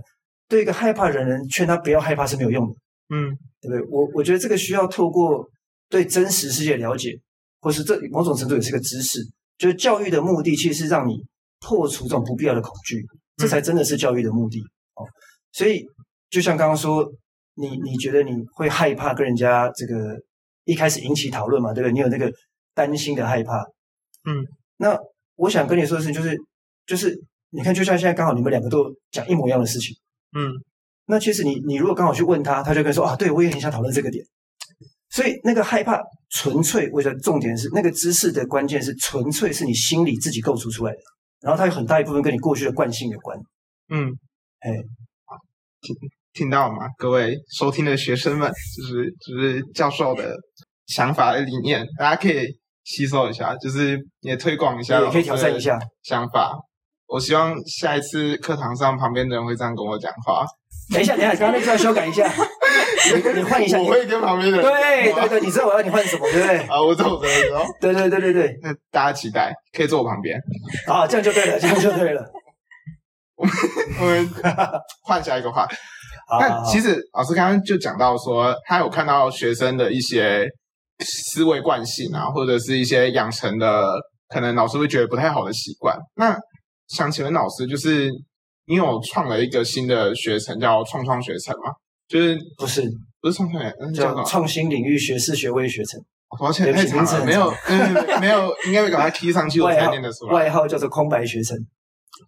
Speaker 3: 对一个害怕的人，劝他不要害怕是没有用的，
Speaker 1: 嗯
Speaker 3: 对不对？我我觉得这个需要透过对真实世界的了解，或是这某种程度也是个知识，就是教育的目的其实是让你破除这种不必要的恐惧，这才真的是教育的目的哦。所以就像刚刚说，你你觉得你会害怕跟人家这个一开始引起讨论嘛，对不对？你有那个担心的害怕，
Speaker 1: 嗯。
Speaker 3: 那我想跟你说的是，就是就是你看，就像现在刚好你们两个都讲一模一样的事情，
Speaker 1: 嗯，
Speaker 3: 那其实你你如果刚好去问他，他就跟你说啊，对我也很想讨论这个点。所以那个害怕纯粹，我觉得重点是那个知识的关键是纯粹是你心里自己构筑出来的，然后它有很大一部分跟你过去的惯性有关。
Speaker 1: 嗯，
Speaker 3: 哎，
Speaker 1: 听听到吗？各位收听的学生们，就是就是教授的想法理念，大家可以吸收一下，就是也推广一下，
Speaker 3: 也可以挑战一下。
Speaker 1: 想法。我希望下一次课堂上旁边的人会这样跟我讲话，
Speaker 3: 等一下，等一下，刚刚那个要修改一下，你你换一下，
Speaker 1: [LAUGHS]
Speaker 3: 你
Speaker 1: 我会跟旁边的人
Speaker 3: 对
Speaker 1: 讲话
Speaker 3: 对对，你知道我要你换什么，对不对？
Speaker 1: 啊，我走着的时候，
Speaker 3: 对对对对对，
Speaker 1: 那大家期待可以坐我旁边，
Speaker 3: 好，这样就对了，这样就对了。
Speaker 1: 我们换下一个话。
Speaker 3: 好，好
Speaker 1: 但
Speaker 3: 好
Speaker 1: 其实老师刚刚就讲到说，他有看到学生的一些思维惯性啊，或者是一些养成的可能老师会觉得不太好的习惯。那想请问老师，就是你有创了一个新的学程叫创创学程吗？就是
Speaker 3: 不是
Speaker 1: 不是创创学，嗯，叫什
Speaker 3: 叫
Speaker 1: 么？
Speaker 3: 创新领域学士学位学程，
Speaker 1: 抱歉，
Speaker 3: 对不
Speaker 1: 太
Speaker 3: 起
Speaker 1: 长了，没有，嗯，没有，应该会把它 key 上去，我
Speaker 3: 外
Speaker 1: 才
Speaker 3: 号
Speaker 1: 念得
Speaker 3: [LAUGHS]
Speaker 1: 出来。
Speaker 3: 外号叫做空白学程，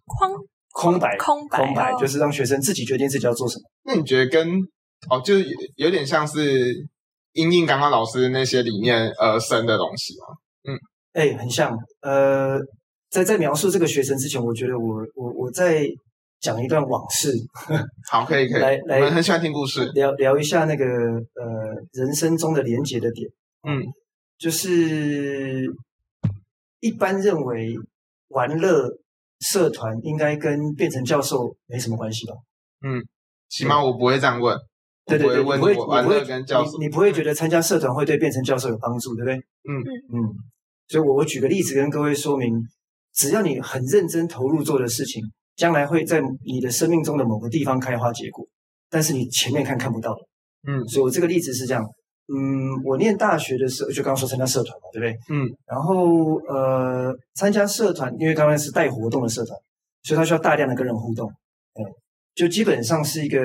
Speaker 2: 框
Speaker 3: 空白
Speaker 2: 空白
Speaker 3: 空白
Speaker 2: 哦
Speaker 3: 就是让学生自己决定自己要做什么。
Speaker 1: 那你觉得跟哦，就是有有点像是英英刚刚老师那些理念而生的东西吗？
Speaker 3: 哎，很像。呃，在在描述这个学生之前，我觉得我我我在讲一段往事，
Speaker 1: 好，可以可以，
Speaker 3: 来来
Speaker 1: 我们很喜欢听故事。
Speaker 3: 聊聊一下那个呃人生中的连结的点。
Speaker 1: 嗯，
Speaker 3: 就是一般认为玩乐社团应该跟变成教授没什么关系吧？
Speaker 1: 起码我不会这样问，我
Speaker 3: 对
Speaker 1: 不会
Speaker 3: 对对，
Speaker 1: 问
Speaker 3: 你不会
Speaker 1: 我
Speaker 3: 你
Speaker 1: 玩
Speaker 3: 不会
Speaker 1: 乐跟教授
Speaker 3: 你，你不会觉得参加社团会对变成教授有帮助，对不对？
Speaker 1: 嗯
Speaker 3: 嗯，所以我我举个例子跟各位说明，只要你很认真投入做的事情，将来会在你的生命中的某个地方开花结果，但是你前面看看不到的。
Speaker 1: 嗯
Speaker 3: 所以我这个例子是这样，嗯，我念大学的时候就刚刚说参加社团嘛，对不对？
Speaker 1: 嗯
Speaker 3: 然后呃，参加社团，因为刚刚是带活动的社团，所以他需要大量的跟人互动，嗯，就基本上是一个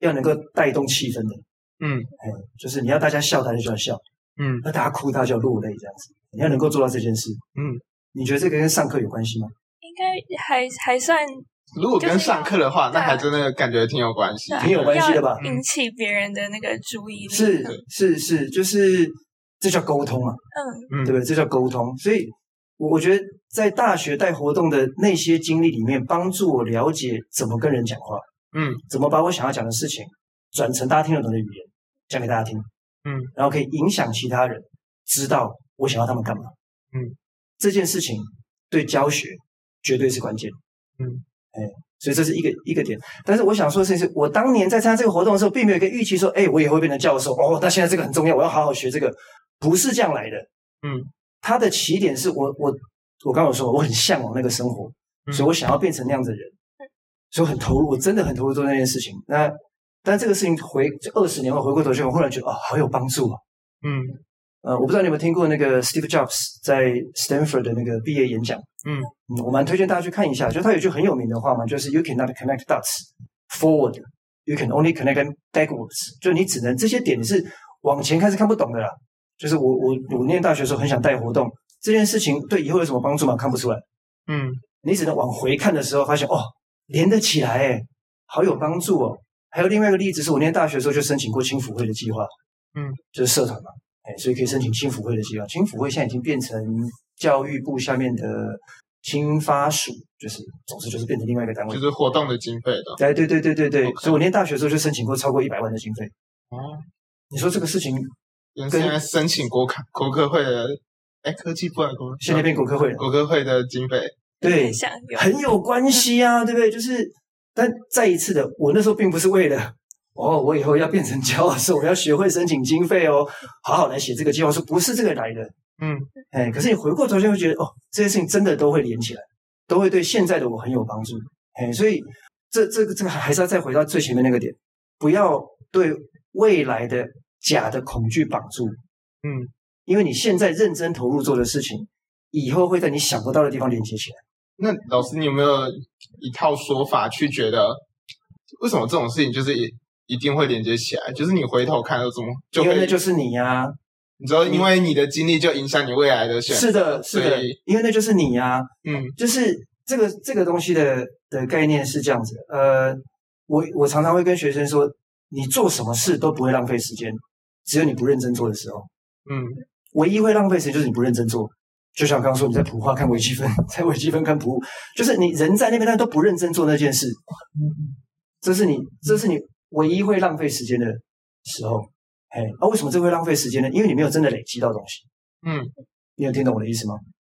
Speaker 3: 要能够带动气氛的，
Speaker 1: 嗯
Speaker 3: 嗯，就是你要大家笑，大家就要笑；
Speaker 1: 嗯，
Speaker 3: 要大家哭，大家就要落泪，这样子，你要能够做到这件事，
Speaker 1: 嗯，
Speaker 3: 你觉得这个跟上课有关系吗？
Speaker 2: 应该还还算
Speaker 3: 嗯
Speaker 1: 如果跟上课的话，
Speaker 2: 就是
Speaker 1: 那
Speaker 2: 要
Speaker 1: 还真的感觉挺有关系
Speaker 2: 对，啊
Speaker 3: 挺有关系的吧
Speaker 2: 要引起别人的那个注意力。
Speaker 3: 是
Speaker 1: 对
Speaker 3: 是是，就是这叫沟通嘛，
Speaker 2: 嗯，
Speaker 1: 嗯
Speaker 3: 对不对？这叫沟通。所以，我我觉得在大学带活动的那些经历里面，帮助我了解怎么跟人讲话，
Speaker 1: 嗯
Speaker 3: 怎么把我想要讲的事情转成大家听得懂的语言，讲给大家听，
Speaker 1: 嗯，
Speaker 3: 然后可以影响其他人知道我想要他们干嘛，
Speaker 1: 嗯，
Speaker 3: 这件事情对教学绝对是关键，
Speaker 1: 嗯，
Speaker 3: 哎，所以这是一个一个点。但是我想说的事情是，我当年在参加这个活动的时候，并没有一个预期说，哎，我也会变成教授哦，那现在这个很重要，我要好好学这个，不是这样来的，
Speaker 1: 嗯，
Speaker 3: 它的起点是我我我刚刚有说我很向往那个生活，
Speaker 1: 嗯
Speaker 3: 所以我想要变成那样的人，所以我很投入，我真的很投入做那件事情。那但这个事情回二十年后回过头去，我忽然觉得哦，好有帮助啊！
Speaker 1: 嗯
Speaker 3: 呃，我不知道你有没有听过那个 Steve Jobs 在 Stanford 的那个毕业演讲，
Speaker 1: 嗯
Speaker 3: 嗯，我蛮推荐大家去看一下，就他有一句很有名的话嘛，就是 You cannot connect dots forward, you can only connect them backwards，就你只能这些点你是往前看是看不懂的啦。就是我我我念大学的时候很想带活动这件事情，对以后有什么帮助吗？看不出来。
Speaker 1: 嗯
Speaker 3: 你只能往回看的时候，发现哦，连得起来哎，好有帮助哦。还有另外一个例子是我念大学的时候就申请过青辅会的计划，
Speaker 1: 嗯，
Speaker 3: 就是社团嘛，哎，所以可以申请青辅会的计划。青辅会现在已经变成教育部下面的青发署，就是总之就是变成另外一个单位
Speaker 1: 就。是哦活动的经费的
Speaker 3: 哎，对对对对对，
Speaker 1: OK
Speaker 3: 所以我念大学的时候就申请过超过一百万的经费。
Speaker 1: 哦。
Speaker 3: 你说这个事情
Speaker 1: 原
Speaker 3: 跟
Speaker 1: 先在申请国科国科会的，哎，科技部还是国科
Speaker 3: 现在变国科会了，
Speaker 1: 国科会的经费，
Speaker 3: 对
Speaker 2: 很，想有
Speaker 3: 很有关系啊，对不对？就是，但再一次的，我那时候并不是为了哦，我以后要变成教授，我要学会申请经费哦，好好来写这个计划书，不是这个来的。
Speaker 1: 嗯
Speaker 3: 哎，可是你回过头就会觉得，哦，这些事情真的都会连起来，都会对现在的我很有帮助。哎，所以这这个这个还是要再回到最前面那个点，不要对未来的假的恐惧绑住，
Speaker 1: 嗯
Speaker 3: 因为你现在认真投入做的事情，以后会在你想不到的地方连接起来。
Speaker 1: 那老师，你有没有一套说法去觉得，为什么这种事情就是一定会连接起来，就是你回头看的时候怎么就
Speaker 3: 因为那
Speaker 1: 会，
Speaker 3: 就是你啊呀、
Speaker 1: 你知道，因为你的经历就影响你未来的选择。
Speaker 3: 是的，是的
Speaker 1: 所以，
Speaker 3: 因为那就是你呀、
Speaker 1: 嗯
Speaker 3: 就是这个这个东西的的概念是这样子的。呃，我我常常会跟学生说，你做什么事都不会浪费时间，只有你不认真做的时候，
Speaker 1: 嗯，
Speaker 3: 唯一会浪费时间就是你不认真做。就像刚刚说，你在普化看微积分， [LAUGHS] 在微积分看普物，就是你人在那边，但都不认真做那件事，这是你这是你唯一会浪费时间的时候。哎，啊，为什么这会浪费时间呢？因为你没有真的累积到东西。
Speaker 1: 嗯，
Speaker 3: 你有听懂我的意思吗？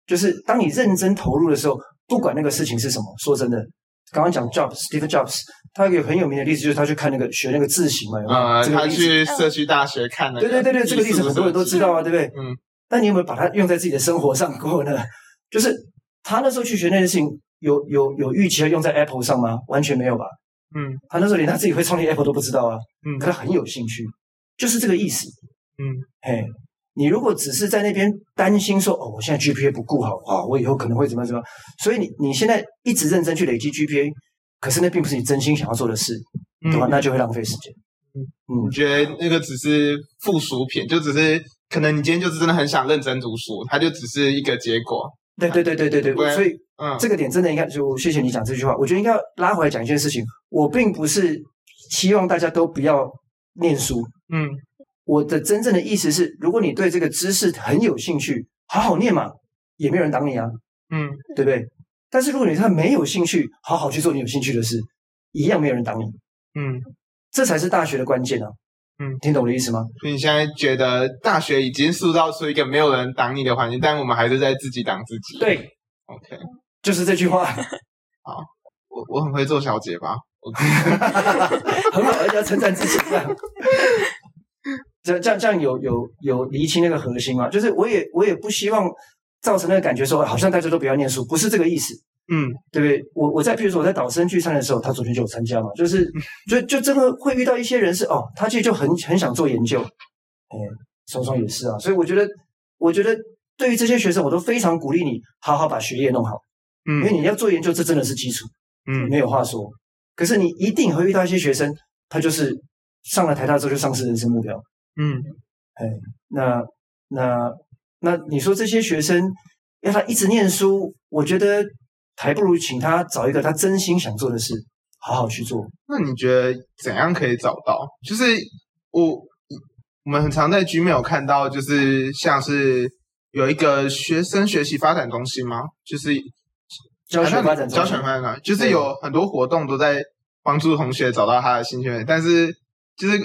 Speaker 3: 就是当你认真投入的时候，不管那个事情是什么，说真的，刚刚讲 Jobs，Steve Jobs，他有一个很有名的例子，就是他去看那个学那个字形嘛，有没有？
Speaker 1: 呃，
Speaker 3: 啊这个
Speaker 1: 他
Speaker 3: 例子，
Speaker 1: 去社区大学看了，
Speaker 3: 对对对对，这个例子很多人都知道啊，对不对？
Speaker 1: 嗯。
Speaker 3: 但你有没有把它用在自己的生活上过呢？就是他那时候去学那件事情，有有有预期要用在 Apple 上吗？完全没有吧。
Speaker 1: 嗯
Speaker 3: 他那时候连他自己会创立 Apple 都不知道啊，
Speaker 1: 嗯
Speaker 3: 可他很有兴趣，就是这个意思。
Speaker 1: 嗯，
Speaker 3: 嘿，你如果只是在那边担心说，哦，我现在 GPA 不顾好啊，我以后可能会怎么样怎么样，所以你你现在一直认真去累积 GPA，可是那并不是你真心想要做的事，对吧？
Speaker 1: 嗯，
Speaker 3: 那就会浪费时间。嗯
Speaker 1: 我觉得那个只是附属品，就只是可能你今天就是真的很想认真读书，它就只是一个结果。
Speaker 3: 对对对对对对，
Speaker 1: 对
Speaker 3: 所以
Speaker 1: 嗯，
Speaker 3: 这个点真的应该就谢谢你讲这句话，我觉得应该要拉回来讲一件事情，我并不是希望大家都不要念书，
Speaker 1: 嗯
Speaker 3: 我的真正的意思是，如果你对这个知识很有兴趣，好好念嘛，也没有人挡你啊，
Speaker 1: 嗯
Speaker 3: 对不对？但是如果你对它没有兴趣，好好去做你有兴趣的事，一样没有人挡你，
Speaker 1: 嗯，
Speaker 3: 这才是大学的关键啊。
Speaker 1: 嗯
Speaker 3: 听懂我的意思吗？
Speaker 1: 所以你现在觉得大学已经塑造出一个没有人挡你的环境，但我们还是在自己挡自己。
Speaker 3: 对，
Speaker 1: ，OK，
Speaker 3: 就是这句话，
Speaker 1: 我我很会做小姐吧？我
Speaker 3: 很好，而且要称赞自己这样。这这样这样有有有厘清那个核心啊，就是我也我也不希望造成那个感觉说好像大家都不要念书，不是这个意思。
Speaker 1: 嗯
Speaker 3: 对不对？我我在比如说我在导生聚餐的时候，他昨天就有参加嘛，就是就就真的会遇到一些人是哦，他其实就很很想做研究，哎，双双也是啊，所以我觉得我觉得对于这些学生，我都非常鼓励你好好把学业弄好，因为
Speaker 1: 嗯
Speaker 3: 你要做研究，这真的是基础，
Speaker 1: 嗯
Speaker 3: 没有话说。可是你一定会遇到一些学生，他就是上了台大之后就丧失人生目标，
Speaker 1: 嗯
Speaker 3: 那那那你说这些学生要他一直念书，我觉得还不如请他找一个他真心想做的事，好好去做。
Speaker 1: 那你觉得怎样可以找到？就是我我们很常在 Gmail 看到，就是像是有一个学生学习发展中心吗？就是哎
Speaker 3: 教学发展中心
Speaker 1: 啊教学发展中心就是有很多活动都在帮助同学找到他的兴趣，但是就是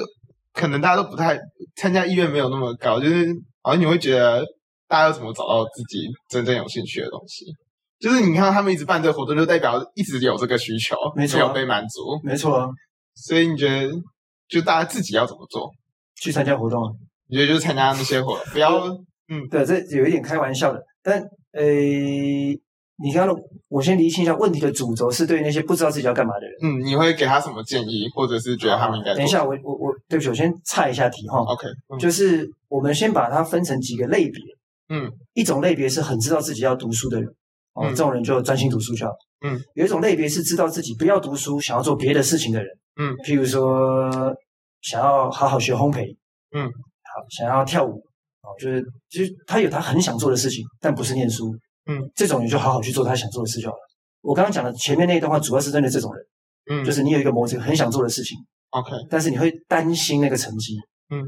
Speaker 1: 可能大家都不太参加意愿没有那么高，就是好像你会觉得大家要怎么找到自己真正有兴趣的东西？就是你看他们一直办这个活动，就代表一直有这个需求，
Speaker 3: 没错啊
Speaker 1: 有被满足。
Speaker 3: 没错啊，
Speaker 1: 所以你觉得，就大家自己要怎么做？
Speaker 3: 去参加活动啊，
Speaker 1: 你觉得就是参加那些活，不要，嗯
Speaker 3: 对，啊这有一点开玩笑的。但呃，你刚刚我先厘清一下问题的主轴是对那些不知道自己要干嘛的人。
Speaker 1: 嗯，你会给他什么建议，或者是觉得他们应该做？
Speaker 3: 等一下，我我我，对不起，我先岔一下题哈。
Speaker 1: ，OK，嗯
Speaker 3: 就是我们先把它分成几个类别，
Speaker 1: 嗯，
Speaker 3: 一种类别是很知道自己要读书的人，哦，
Speaker 1: 嗯
Speaker 3: 这种人就专心读书就好，
Speaker 1: 嗯，
Speaker 3: 有一种类别是知道自己不要读书，想要做别的事情的人，
Speaker 1: 嗯，
Speaker 3: 譬如说想要好好学烘焙，
Speaker 1: 嗯，
Speaker 3: 好想要跳舞，哦，就是就是他有他很想做的事情，但不是念书，
Speaker 1: 嗯，
Speaker 3: 这种人就好好去做他想做的事就好了。我刚刚讲的前面那一段话，主要是针对这种人，
Speaker 1: 嗯，
Speaker 3: 就是你有一个某种很想做的事情，
Speaker 1: OK，
Speaker 3: 但是你会担心那个成绩，
Speaker 1: 嗯，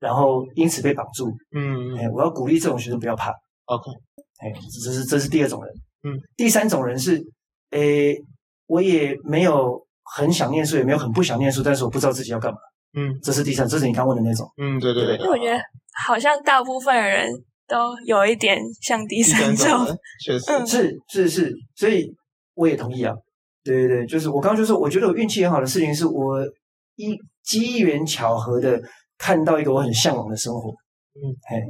Speaker 3: 然后因此被绑住，
Speaker 1: 嗯
Speaker 3: 哎，我要鼓励这种学生不要怕。
Speaker 1: ，OK，
Speaker 3: 哎，这是这是第二种人。
Speaker 1: 嗯，
Speaker 3: 第三种人是，哎，我也没有很想念书，也没有很不想念书，但是我不知道自己要干嘛。
Speaker 1: 嗯，
Speaker 3: 这是第三，这是你刚问的那种。
Speaker 1: 嗯，对对对
Speaker 2: 因为我觉得好像大部分人都有一点像第三种，
Speaker 1: 确实，
Speaker 2: 嗯
Speaker 3: 是是是，所以我也同意啊。对对对，就是我刚刚就说，我觉得我运气很好的事情是我一机缘巧合的看到一个我很向往的生活，
Speaker 1: 嗯，
Speaker 3: 哎，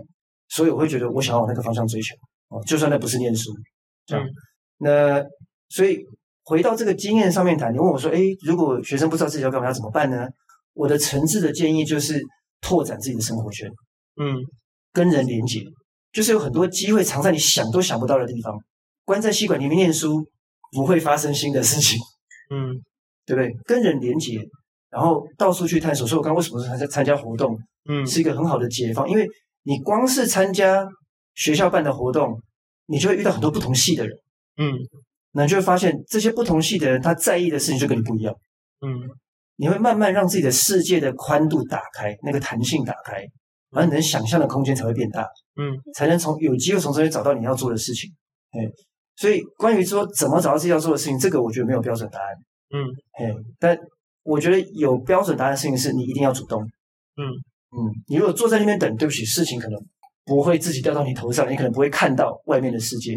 Speaker 3: 所以我会觉得我想往那个方向追求哦，就算那不是念书，这样。
Speaker 1: 嗯
Speaker 3: 那所以回到这个经验上面谈，你问我说，哎，如果学生不知道自己要干嘛要怎么办呢？我的诚挚的建议就是拓展自己的生活圈，
Speaker 1: 嗯
Speaker 3: 跟人连接，就是有很多机会藏在你想都想不到的地方。关在吸管里面念书，不会发生新的事情，
Speaker 1: 嗯
Speaker 3: 对不对？跟人连接，然后到处去探索。所以我刚刚为什么说参参加活动
Speaker 1: 嗯
Speaker 3: 是一个很好的解放？因为你光是参加学校办的活动，你就会遇到很多不同系的人，
Speaker 1: 嗯
Speaker 3: 那你就会发现这些不同系的人他在意的事情就跟你不一样。
Speaker 1: 嗯
Speaker 3: 你会慢慢让自己的世界的宽度打开，那个弹性打开，然后你能想象的空间才会变大，
Speaker 1: 嗯
Speaker 3: 才能从有机会从这边找到你要做的事情。哎，所以关于说怎么找到自己要做的事情，这个我觉得没有标准答案。
Speaker 1: 嗯，
Speaker 3: 哎，但我觉得有标准答案的事情是你一定要主动。
Speaker 1: 嗯
Speaker 3: 嗯，你如果坐在那边等，对不起，事情可能不会自己掉到你头上，你可能不会看到外面的世界。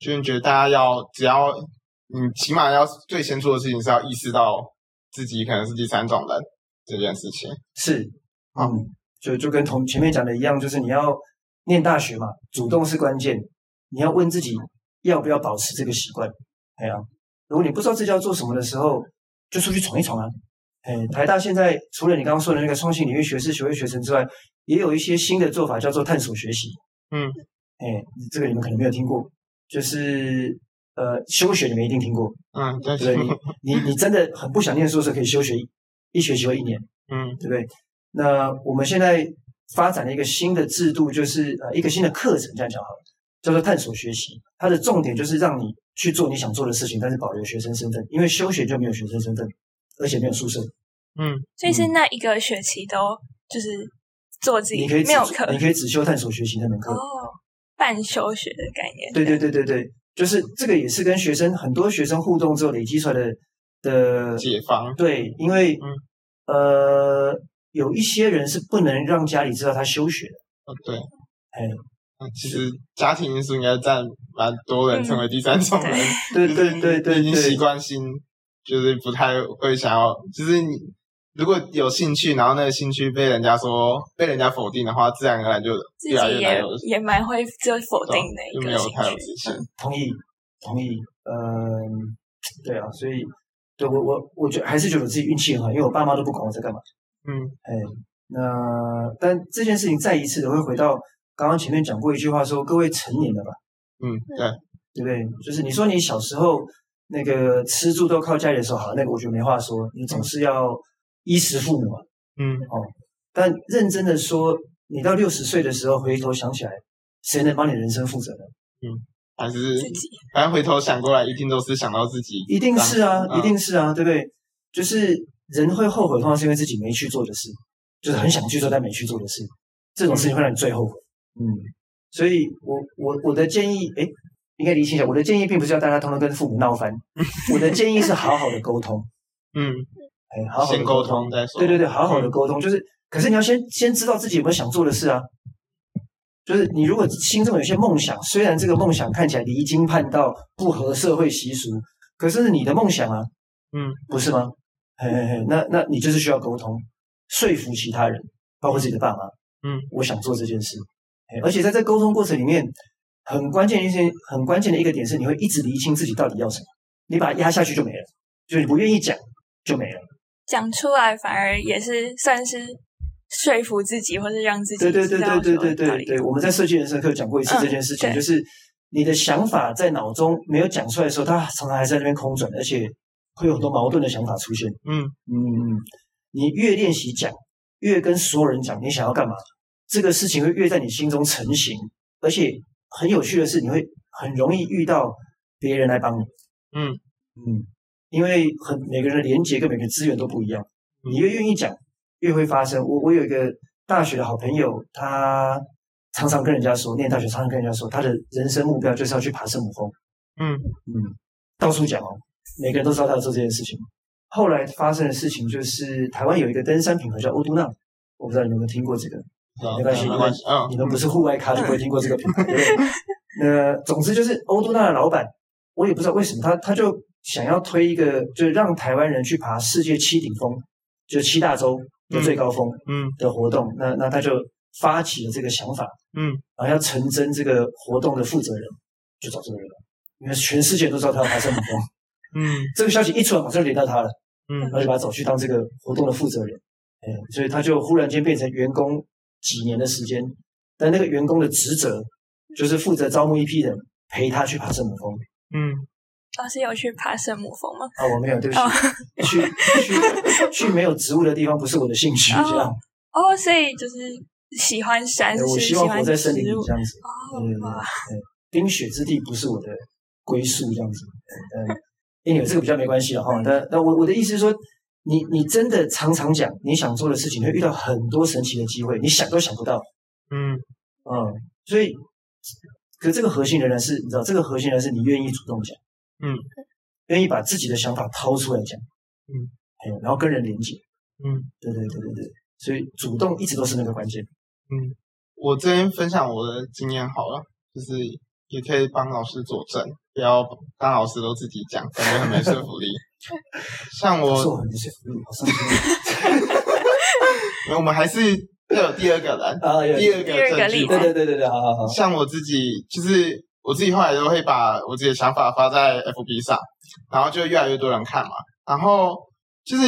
Speaker 1: 就是觉得大家要只要你起码要最先做的事情是要意识到自己可能是第三种人这件事情。
Speaker 3: 是，
Speaker 1: 啊
Speaker 3: 嗯，就就跟同前面讲的一样，就是你要念大学嘛，主动是关键，你要问自己要不要保持这个习惯。哎呀、如果你不知道自己要做什么的时候，就出去闯一闯啊。哎，台大现在除了你刚刚说的那个创新领域学士学位学程之外，也有一些新的做法叫做探索学习。
Speaker 1: 嗯，
Speaker 3: 哎，这个你们可能没有听过，就是呃休学你们一定听过，
Speaker 1: 嗯，但是
Speaker 3: 对不对？你你你真的很不想念书的时候，可以休学一一学期或一年。
Speaker 1: 嗯
Speaker 3: 对不对？那我们现在发展了一个新的制度，就是呃一个新的课程，这样讲好了，叫做探索学习。它的重点就是让你去做你想做的事情，但是保留学生身份，因为休学就没有学生身份，而且没有宿舍，
Speaker 1: 嗯
Speaker 2: 所以是那一个学期都就是做自己
Speaker 3: 你可以只
Speaker 2: 没有课
Speaker 3: 你可以只修探索学习那门课。
Speaker 2: 哦，半休学的概念。
Speaker 3: 对对对对对，就是这个也是跟学生很多学生互动之后累积出来的的
Speaker 1: 解放
Speaker 3: 对，因为、
Speaker 1: 嗯
Speaker 3: 呃有一些人是不能让家里知道他休学的，
Speaker 1: 呃对。
Speaker 3: 哎，
Speaker 1: 嗯其实家庭因素应该占蛮多
Speaker 2: 嗯
Speaker 1: 人成为第三种
Speaker 2: [LAUGHS]
Speaker 1: 人，
Speaker 3: 对
Speaker 1: 就是
Speaker 3: 对对对
Speaker 1: 你已经
Speaker 3: 对
Speaker 1: 习惯性就是不太会想要，就是你如果有兴趣，然后那个兴趣被人家说被人家否定的话，自然而然就
Speaker 2: 自
Speaker 1: 越来
Speaker 3: 啊
Speaker 2: 己
Speaker 1: 越难
Speaker 2: 也
Speaker 1: 有
Speaker 2: 也蛮会就否定的一
Speaker 1: 就没
Speaker 2: 个
Speaker 1: 有
Speaker 2: 兴
Speaker 1: 太有
Speaker 2: 趣，
Speaker 1: 自信。
Speaker 3: 同意，同意，嗯，对啊，所以对我我我觉得还是觉得我自己运气很好，因为我爸妈都不管我在干嘛，
Speaker 1: 嗯
Speaker 3: 哎，那但这件事情再一次的会回到刚刚前面讲过一句话说，各位成年了吧，
Speaker 1: 嗯，对，
Speaker 3: 对不对？就是你说你小时候那个吃住都靠家里的时候，好，那个我觉得没话说，你总是要衣食父母嘛，
Speaker 1: 嗯
Speaker 3: 但认真的说，你到六十岁的时候回头想起来，谁能帮你人生负责呢？
Speaker 1: 还是
Speaker 2: 自己
Speaker 1: 反正回头想过来，一定都是想到自己，
Speaker 3: 一定是啊，
Speaker 1: 嗯
Speaker 3: 一定是啊，对不对？就是人会后悔，通常是因为自己没去做的事，就是很想去做但没去做的事，这种事情会让你最后悔。嗯，所以我我我的建议，哎，应该理清一下，我的建议并不是要大家通通跟父母闹翻，我的建议是好好的沟通，
Speaker 1: 嗯，
Speaker 3: 哎，好好的
Speaker 1: 先沟通再说。
Speaker 3: 对对对，好好的沟通，就是，可是你要先先知道自己有没有想做的事啊。就是你如果心中有些梦想，虽然这个梦想看起来离经叛道、不合社会习俗，可是你的梦想啊，
Speaker 1: 嗯，
Speaker 3: 不是吗？嘿嘿嘿，那那你就是需要沟通，说服其他人，包括自己的爸妈，
Speaker 1: 嗯，
Speaker 3: 我想做这件事。嘿而且在这沟通过程里面，很关键一些很关键的一个点是，你会一直厘清自己到底要什么，你把它压下去就没了，就是你不愿意讲就没了。
Speaker 2: 讲出来，反而也是算是说服自己，或是让自己
Speaker 3: 对对对
Speaker 2: 知道
Speaker 3: 对对对
Speaker 2: 说到底
Speaker 3: 对对，我们在设计人生课讲过一次这件事情，
Speaker 2: 嗯对
Speaker 3: 就是你的想法在脑中没有讲出来的时候，它常常还在那边空转，而且会有很多矛盾的想法出现。
Speaker 1: 嗯
Speaker 3: 嗯，你越练习讲，越跟所有人讲你想要干嘛，这个事情会越在你心中成型，而且很有趣的是，你会很容易遇到别人来帮你。
Speaker 1: 嗯
Speaker 3: 嗯，因为很每个人的连接跟每个人资源都不一样，
Speaker 1: 嗯
Speaker 3: 你越愿意讲，越会发生。我我有一个大学的好朋友，他常常跟人家说，念大学常常跟人家说，他的人生目标就是要去爬圣母峰。
Speaker 1: 嗯
Speaker 3: 嗯，到处讲哦，每个人都知道他在做这件事情。后来发生的事情就是，台湾有一个登山品牌叫欧都娜，我不知道你们有没有听过这个，
Speaker 1: 好
Speaker 3: 没关系
Speaker 1: 没关系，嗯
Speaker 3: 你们不是户外咖就不会听过这个品牌，对不对？那总之就是欧都娜的老板，我也不知道为什么他他就想要推一个，就是让台湾人去爬世界七顶峰，就是七大洲的最高峰
Speaker 1: 嗯
Speaker 3: 的活动。那那他就发起了这个想法，
Speaker 1: 嗯
Speaker 3: 然后要成真这个活动的负责人，就找这个人了，因为全世界都知道他要爬圣母峰。
Speaker 1: 嗯
Speaker 3: 这个消息一出来，马上就连到他了，
Speaker 1: 嗯
Speaker 3: 然后就把他找去当这个活动的负责人，哎，所以他就忽然间变成员工几年的时间，但那个员工的职责就是负责招募一批人陪他去爬圣母峰，
Speaker 1: 嗯
Speaker 2: 老师有去爬圣母峰吗？
Speaker 3: 啊，我没有，对不起
Speaker 2: 哦，
Speaker 3: 去去 [LAUGHS] 去没有植物的地方不是我的兴趣，
Speaker 2: 哦
Speaker 3: 这样。
Speaker 2: 哦，所以就是喜欢山，
Speaker 3: 对我
Speaker 2: 是
Speaker 3: 希
Speaker 2: 喜
Speaker 3: 望活
Speaker 2: 欢
Speaker 3: 在森林里
Speaker 2: 植物
Speaker 3: 这。样子。对对对，
Speaker 2: 哇
Speaker 3: 对冰雪之地不是我的归宿这样子。嗯，因为这个比较没关系了哈。但但我我的意思是说，你你真的常常讲你想做的事情，你会遇到很多神奇的机会，你想都想不到。
Speaker 1: 嗯，
Speaker 3: 嗯，所以，可这个核心仍然是，你知道，这个核心仍然是你愿意主动讲，
Speaker 1: 嗯，
Speaker 3: 愿意把自己的想法掏出来讲，
Speaker 1: 嗯，
Speaker 3: 哎呦，然后跟人连接，
Speaker 1: 嗯，
Speaker 3: 对对对对对，所以主动一直都是那个关键。
Speaker 1: 我这边分享我的经验好了，就是也可以帮老师佐证，不要当老师都自己讲，感觉很没说
Speaker 2: [LAUGHS]
Speaker 1: 服力。像
Speaker 3: 我
Speaker 1: 我
Speaker 3: 是我很幸福，嗯好伤
Speaker 1: [LAUGHS]
Speaker 3: 心
Speaker 1: 我们还是要有第二个
Speaker 2: [LAUGHS]
Speaker 1: 人，
Speaker 3: 啊，有
Speaker 1: 第二
Speaker 2: 第二
Speaker 1: 个
Speaker 2: 个
Speaker 1: 证
Speaker 2: 例
Speaker 1: 据
Speaker 2: 子
Speaker 1: 吧
Speaker 3: 对。对对对对，好好好，
Speaker 1: 像我自己，就是我自己后来都会把我自己的想法发在 FB 上，然后就越来越多人看嘛。然后就是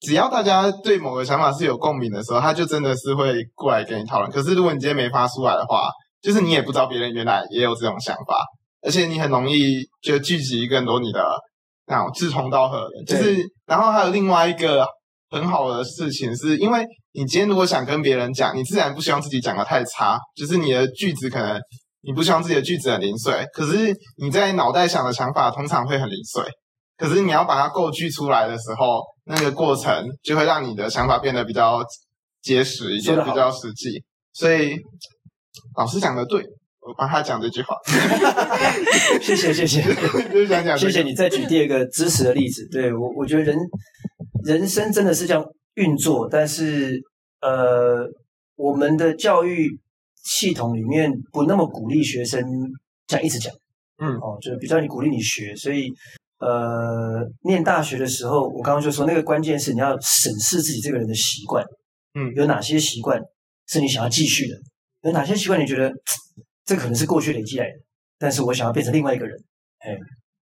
Speaker 1: 只要大家对某个想法是有共鸣的时候，他就真的是会过来跟你讨论。可是如果你今天没发出来的话，就是你也不知道别人原来也有这种想法，而且你很容易就聚集更多你的那种志同道合的人。就是，然后还有另外一个很好的事情是，因为你今天如果想跟别人讲，你自然不希望自己讲的太差，就是你的句子可能你不希望自己的句子很零碎，可是你在脑袋想的想法通常会很零碎，可是你要把它构句出来的时候，那个过程就会让你的想法变得比较结实一
Speaker 3: 说
Speaker 1: 点，
Speaker 3: 得好
Speaker 1: 比较实际。所以老师讲的对，我帮他讲这句话， [LAUGHS]
Speaker 3: 谢谢谢谢。
Speaker 1: 就是想讲、这
Speaker 3: 谢
Speaker 1: 个
Speaker 3: 谢。你再举第二个支持的例
Speaker 1: [LAUGHS]
Speaker 3: 子。对我，我觉得人人生真的是这样运作，但是呃，我们的教育系统里面不那么鼓励学生这样一直讲，
Speaker 1: 嗯
Speaker 3: 哦，就是比较你鼓励你学，所以呃，念大学的时候，我刚刚就说那个关键是你要审视自己这个人的习惯，
Speaker 1: 嗯
Speaker 3: 有哪些习惯是你想要继续的，有哪些习惯你觉得这可能是过去累积来的，但是我想要变成另外一个人，哎，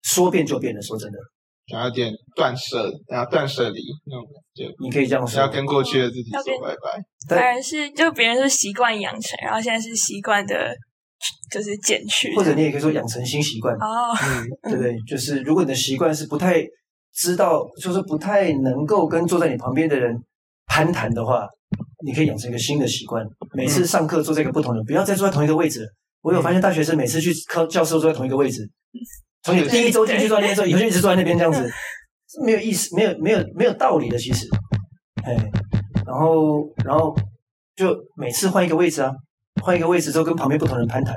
Speaker 3: 说变就变的，说真的，
Speaker 1: 想要点断舍，然后断舍离那种感
Speaker 3: 你可以这样
Speaker 1: 觉，要
Speaker 3: 说，
Speaker 1: 跟过去的自己
Speaker 2: 要
Speaker 1: 说
Speaker 2: 跟
Speaker 1: 拜拜。
Speaker 3: 但
Speaker 2: 当然是就别人是习惯养成，然后现在是习惯的，就是减去。
Speaker 3: 或者你也可以说养成新习惯，
Speaker 2: 哦，
Speaker 1: 嗯
Speaker 3: 对不对？就是如果你的习惯是不太知道，就是不太能够跟坐在你旁边的人攀谈的话，你可以养成一个新的习惯，每次上课坐在一个不同的，不要再坐在同一个位置了。我有发现大学生每次去教教室都坐在同一个位置，从你第一周进去坐在那边之后，以后就一直坐在那边这样子，是没有意思，没有没有没有道理的，其实，哎，然后然后就每次换一个位置啊，换一个位置之后跟旁边不同人攀谈，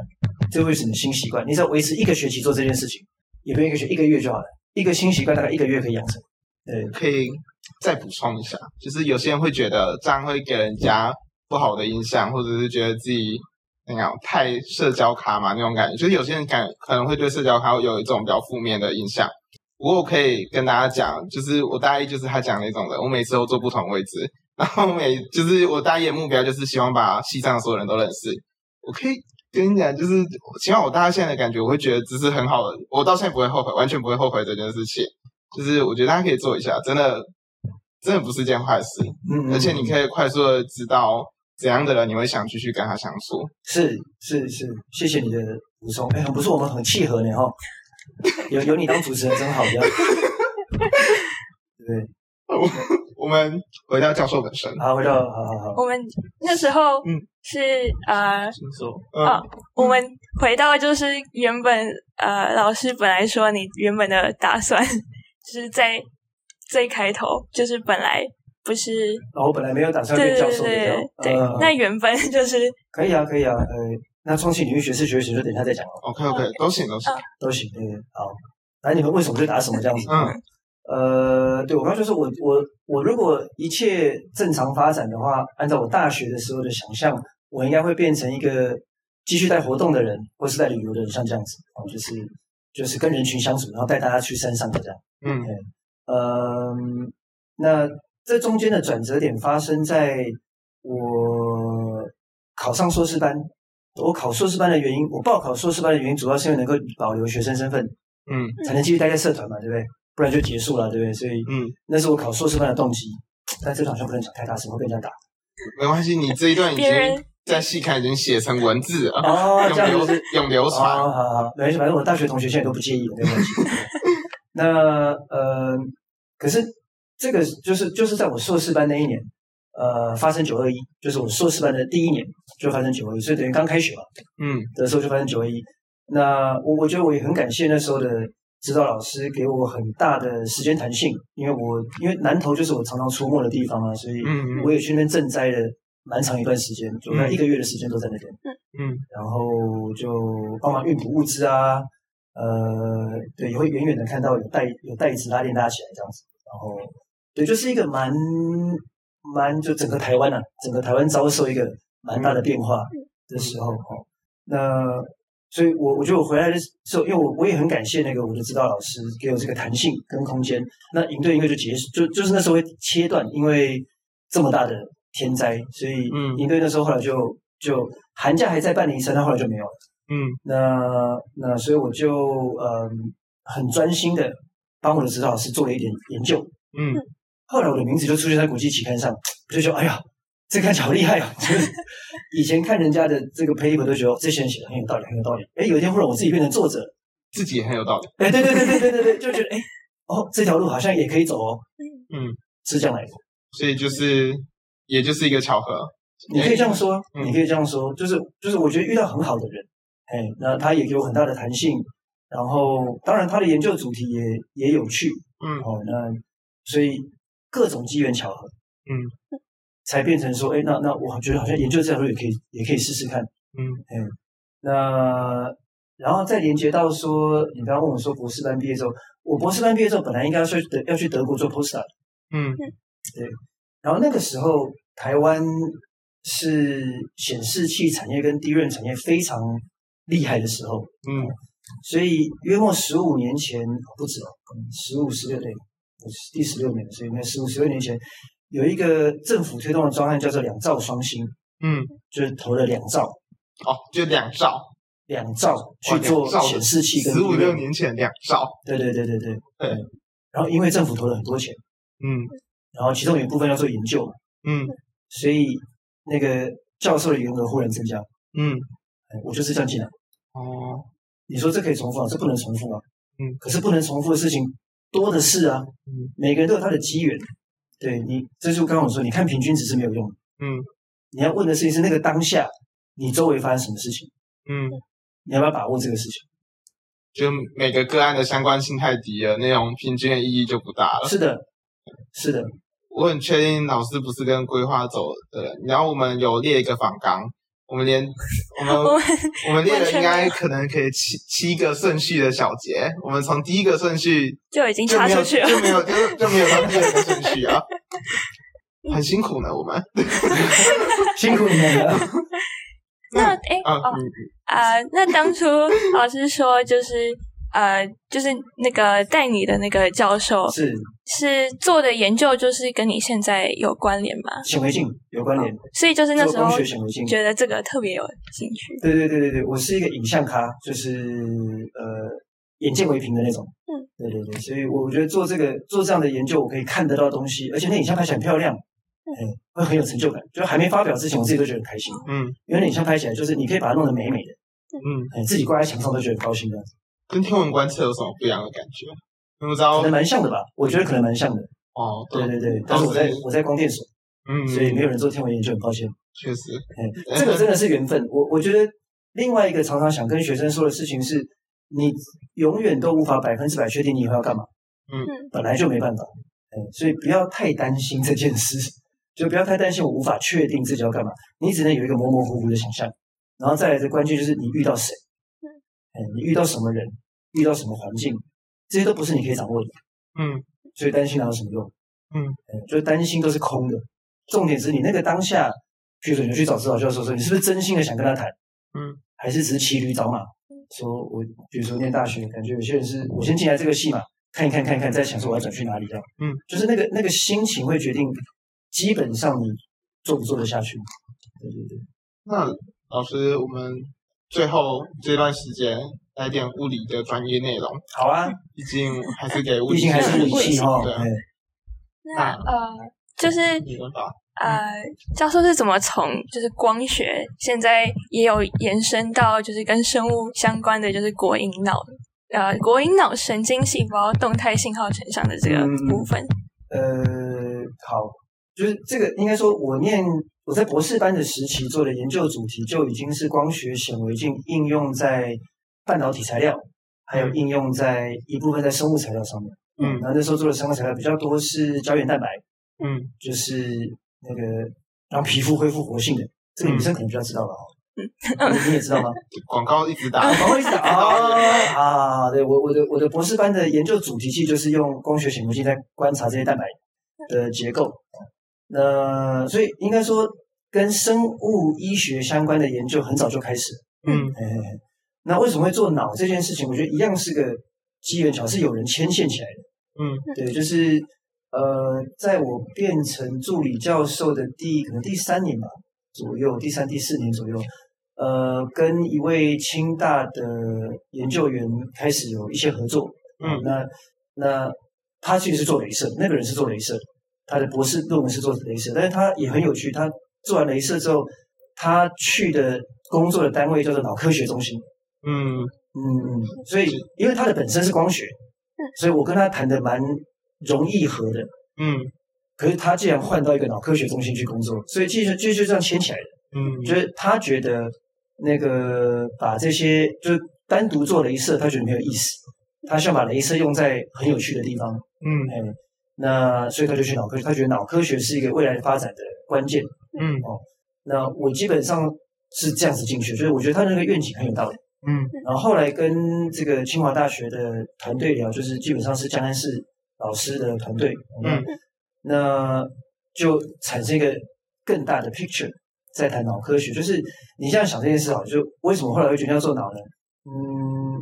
Speaker 3: 这会是你的新习惯。你只要维持一个学期做这件事情，也不用一个学一个月就好了，一个新习惯大概一个月可以养成。对，
Speaker 1: 可以再补充一下，就是有些人会觉得这样会给人家不好的印象，或者是觉得自己那样太社交咖嘛那种感觉，就是有些人感可能会对社交咖有一种比较负面的印象。不过我可以跟大家讲，就是我大一就是他讲那种的，我每次都坐不同位置，然后每就是我大一的目标就是希望把西藏所有人都认识。我可以跟你讲，就是起码我大家现在的感觉，我会觉得这是很好的，我到现在不会后悔，完全不会后悔这件事情。就是我觉得大家可以做一下，真的真的不是件坏事，
Speaker 3: 嗯
Speaker 1: 而且你可以快速的知道怎样的人你会想继续跟他相处。
Speaker 3: 是是是，谢谢你的补充，哎，很不错，我们很契合呢哈、有有你当主持人真好，
Speaker 1: [LAUGHS]
Speaker 3: 这样对，
Speaker 1: 呃我们回到教授本身，
Speaker 3: 好，回到好好好，
Speaker 2: 我们那时候
Speaker 1: 嗯
Speaker 2: 是、呃，
Speaker 1: 请说。
Speaker 2: 啊
Speaker 1: 嗯，
Speaker 2: 我们回到就是原本呃，老师本来说你原本的打算 [LAUGHS] 就是在最开头，就是本来不是
Speaker 3: 然后我本来没有打算
Speaker 2: 对
Speaker 3: 变
Speaker 2: 对
Speaker 3: 教
Speaker 2: 对
Speaker 3: 授的，这样
Speaker 2: 对对
Speaker 3: 嗯，
Speaker 2: 那原本就是
Speaker 3: 可以啊，可以啊，呃，那创新领域学士学习就等一下再讲哦，
Speaker 1: ，OK OK，都行都行。
Speaker 3: 都行，对，好，那你们为什么就打什么这样子？
Speaker 1: 嗯
Speaker 3: 呃，对我刚刚就说我我我如果一切正常发展的话，按照我大学的时候的想象，我应该会变成一个继续带活动的人，或是带旅游的人，像这样子哦，就是就是跟人群相处，然后带大家去山上的这样。
Speaker 1: 嗯
Speaker 3: 嗯，那这中间的转折点发生在我考上硕士班。我考硕士班的原因，我报考硕士班的原因，主要是因为能够保留学生身份，
Speaker 1: 嗯
Speaker 3: 才能继续待在社团嘛，对不对？不然就结束了，对不对？所以
Speaker 1: 嗯，
Speaker 3: 那是我考硕士班的动机，但这个好像不能讲太大声，会被人家打。
Speaker 1: 没关系，你这一段已经
Speaker 2: 别人
Speaker 1: 在系刊已经写成文字了，
Speaker 3: 哦，这
Speaker 1: 永流
Speaker 3: 样子是
Speaker 1: 永流
Speaker 3: 哦，
Speaker 1: 传。
Speaker 3: 好好好，没关系，反正我大学同学现在都不介意，没
Speaker 1: [LAUGHS]
Speaker 3: 关系。那呃，可是这个就是就是在我硕士班那一年，呃，发生九二一，就是我硕士班的第一年就发生九二一，所以等于刚开学嘛
Speaker 1: 嗯
Speaker 3: 的时候就发生九二一。那我我觉得我也很感谢那时候的指导老师给我很大的时间弹性，因为我因为南投就是我常常出没的地方啊，所以
Speaker 1: 嗯
Speaker 3: 我
Speaker 1: 嗯
Speaker 3: 也去那边赈灾了蛮长一段时间，有那一个月的时间都在那边。
Speaker 1: 嗯，
Speaker 3: 然后就帮忙运补物资啊，呃，对，也会远远的看到有袋有袋子拉链拉起来这样子，然后对，就是一个蛮蛮就整个台湾啊，整个台湾遭受一个蛮大的变化的时候哦，那所以我我觉得我回来的时候，因为我我也很感谢那个我的指导老师给我这个弹性跟空间，那营队因为就结束，就就是那时候会切断，因为这么大的天灾，所以
Speaker 1: 嗯
Speaker 3: 营队那时候后来就就寒假还在办林森，但后来就没有了。
Speaker 1: 嗯
Speaker 3: 那那所以我就嗯很专心的帮我的指导老师做了一点研究。
Speaker 1: 嗯
Speaker 3: 后来我的名字就出现在国际期刊上，我就觉得哎呀，这看起来好厉害哦！ [LAUGHS] 就是以前看人家的这个 paper 都觉得哦这些人写的很有道理，很有道理。哎，有一天忽然我自己变成作者了，
Speaker 1: 自己也很有道理。
Speaker 3: 哎，对对对对对对对，就觉得哎哦这条路好像也可以走哦，
Speaker 1: 嗯，
Speaker 3: 是这样来的。
Speaker 1: 所以就是也就是一个巧合。
Speaker 3: 你可以这样说，
Speaker 1: 嗯
Speaker 3: 你可以这样说，就是就是，我觉得遇到很好的人，哎，那他也给我很大的弹性，然后当然他的研究主题也也有趣，
Speaker 1: 嗯
Speaker 3: 哦，那所以各种机缘巧合，
Speaker 1: 嗯，
Speaker 3: 才变成说，哎，那那我觉得好像研究这条路也可以也可以试试看，
Speaker 1: 嗯
Speaker 3: 那然后再连接到说，你刚刚问我说博士班毕业之后，我博士班毕业之后本来应该要去德要去德国做 postdoc，
Speaker 1: 嗯
Speaker 3: 然后那个时候，台湾是显示器产业跟低润产业非常厉害的时候，
Speaker 1: 嗯
Speaker 3: 所以约莫十五年前不止哦，十五十六对，我是第十六年，所以应该十五十六年前有一个政府推动的专案叫做“两兆双星
Speaker 1: 嗯，”，
Speaker 3: 就是投了两兆
Speaker 1: 哦，就两兆，
Speaker 3: 两兆去做显示器跟
Speaker 1: 十五
Speaker 3: 低
Speaker 1: 六
Speaker 3: 润
Speaker 1: 年前两兆。
Speaker 3: 对对对对对嗯
Speaker 1: 对。
Speaker 3: 然后因为政府投了很多钱，
Speaker 1: 嗯
Speaker 3: 然后其中有一部分要做研究嘛，
Speaker 1: 嗯
Speaker 3: 所以那个教授的员额忽然增加。
Speaker 1: 嗯，
Speaker 3: 哎我就是这样进来。
Speaker 1: 哦，
Speaker 3: 你说这可以重复啊？这不能重复啊。
Speaker 1: 嗯，
Speaker 3: 可是不能重复的事情多的是啊。
Speaker 1: 嗯
Speaker 3: 每个人都有他的机缘。对你，这就刚刚我说，你看平均值是没有用的。
Speaker 1: 嗯
Speaker 3: 你要问的事情是那个当下，你周围发生什么事情，
Speaker 1: 嗯，
Speaker 3: 你要不要把握这个事情？
Speaker 1: 就每个个案的相关性太低了，那种平均的意义就不大了。
Speaker 3: 是的，是的，
Speaker 1: 我很确定老师不是跟规划走的人，然后我们有列一个访纲，我们连我们
Speaker 2: 我们
Speaker 1: 我们列
Speaker 2: 完
Speaker 1: 了应
Speaker 2: 全没
Speaker 1: 该
Speaker 2: 有
Speaker 1: 可能可以七七个顺序的小节，我们从第一个顺序
Speaker 2: 就已经
Speaker 1: 就
Speaker 2: 插
Speaker 1: 没有
Speaker 2: 出去了
Speaker 1: 就。没有就就没有到第二个顺序
Speaker 2: [LAUGHS]
Speaker 1: 啊，很辛苦呢，我们
Speaker 3: 辛苦你们了。 [LAUGHS]
Speaker 2: 那哎
Speaker 1: 啊
Speaker 2: 哦
Speaker 1: 嗯
Speaker 2: 啊、那当初老师说就是呃，就是那个带你的那个教授
Speaker 3: 是
Speaker 2: 是做的研究，就是跟你现在有关联吗？
Speaker 3: 显微镜有关联，
Speaker 2: 所以就是那
Speaker 3: 做
Speaker 2: 时候
Speaker 3: 光学显微镜。
Speaker 2: 觉得这个特别有兴趣。
Speaker 3: 对对对对对，我是一个影像咖，就是呃眼见为凭的那种。
Speaker 2: 嗯，
Speaker 3: 对对对，所以我觉得做这个做这样的研究，我可以看得到东西，而且那影像拍起来很漂亮，哎、会很有成就感。就还没发表之前，我自己都觉得很开心，
Speaker 1: 嗯
Speaker 3: 因为那影像拍起来就是你可以把它弄得美美的，
Speaker 1: 嗯，
Speaker 3: 哎、自己挂在墙上都觉得很高兴这样子，
Speaker 1: 跟天文观测有什么不一样的感觉？你们知
Speaker 3: 可
Speaker 1: 道
Speaker 3: 能蛮像的吧？我觉得可能蛮像的。
Speaker 1: 哦，
Speaker 3: 对对对，但
Speaker 1: 当
Speaker 3: 是我在
Speaker 1: 时
Speaker 3: 我在光电所，
Speaker 1: 嗯，
Speaker 3: 所以没有人做天文研究，很抱歉。
Speaker 1: 确实，
Speaker 3: 哎， [LAUGHS] 这个真的是缘分。我我觉得另外一个常常想跟学生说的事情是，你永远都无法百分之百确定你以后要干嘛。
Speaker 1: 嗯
Speaker 2: 嗯
Speaker 3: 本来就没办法。哎，所以不要太担心这件事，就不要太担心我无法确定自己要干嘛。你只能有一个模模糊糊的想象，然后再来的关键就是你遇到谁，哎，你遇到什么人，遇到什么环境，这些都不是你可以掌握的。
Speaker 1: 嗯
Speaker 3: 所以担心哪有什么用？
Speaker 1: 嗯
Speaker 3: 嗯，就是担心都是空的。重点是你那个当下，譬如说你去找指导教授说，你是不是真心的想跟他谈？
Speaker 1: 嗯，
Speaker 3: 还是只是骑驴找马？说我比如说念大学，感觉有些人是我先进来这个系嘛，看一看看一看，再想说我要转去哪里这样。
Speaker 1: 嗯，
Speaker 3: 就是那个那个心情会决定，基本上你做不做得下去。对对对。
Speaker 1: 那老师，我们最后这段时间来点物理的专业内容，
Speaker 3: 好啊，
Speaker 1: 毕竟还是给物理
Speaker 3: 毕
Speaker 1: 系
Speaker 3: 竟还是
Speaker 1: 的
Speaker 3: 理哎
Speaker 1: 人
Speaker 3: 系哈。
Speaker 1: 对啊，
Speaker 3: 哎
Speaker 2: 那呃，就是
Speaker 1: 没办法，
Speaker 2: 呃，教授是怎么从就是光学，现在也有延伸到就是跟生物相关的，就是果蝇脑，呃，果蝇脑神经细胞动态信号成像的这
Speaker 3: 嗯
Speaker 2: 个部分。
Speaker 3: 呃，好，就是这个应该说，我念我在博士班的时期做的研究主题就已经是光学显微镜应用在半导体材料，还有应用在一部分在生物材料上面。
Speaker 1: 嗯
Speaker 3: 然后那时候做的生物材料比较多是胶原蛋白，
Speaker 1: 嗯
Speaker 3: 就是那个让皮肤恢复活性的，这个女生可能比较知道吧？嗯，你也知道吗？
Speaker 1: 广告一直打，
Speaker 3: 啊，不好意思啊 [LAUGHS] 啊！对我我的我的博士班的研究主题其实就是用光学显微镜在观察这些蛋白的结构。那所以应该说，跟生物医学相关的研究很早就开始了。
Speaker 1: 嗯
Speaker 3: 哎，那为什么会做脑这件事情？我觉得一样是个机缘巧合，是有人牵线起来的。
Speaker 1: 嗯
Speaker 3: 对，就是呃，在我变成助理教授的第可能第三年吧左右，第三第四年左右，呃，跟一位清大的研究员开始有一些合作。
Speaker 1: 嗯
Speaker 3: 那那他其实是做镭射，那个人是做镭射，他的博士论文是做镭射，但是他也很有趣，他做完镭射之后，他去的工作的单位叫做脑科学中心。
Speaker 1: 嗯
Speaker 3: 嗯，嗯，所以因为他的本身是光学，所以我跟他谈的蛮容易合的。
Speaker 1: 嗯
Speaker 3: 可是他竟然换到一个脑科学中心去工作，所以其实就就这样牵起来的。
Speaker 1: 嗯，
Speaker 3: 就是他觉得那个把这些就是单独做镭射，他觉得没有意思，他想把镭射用在很有趣的地方。
Speaker 1: 嗯
Speaker 3: 哎，那所以他就去脑科学，他觉得脑科学是一个未来发展的关键。
Speaker 1: 嗯
Speaker 3: 那我基本上是这样子进去，就是我觉得他那个愿景很有道理。
Speaker 1: 嗯
Speaker 3: 然后后来跟这个清华大学的团队聊，就是基本上是江安市老师的团队，
Speaker 1: 嗯，
Speaker 3: 那就产生一个更大的 picture，在谈脑科学。就是你现在想这件事好，就为什么后来会决定要做脑呢？嗯，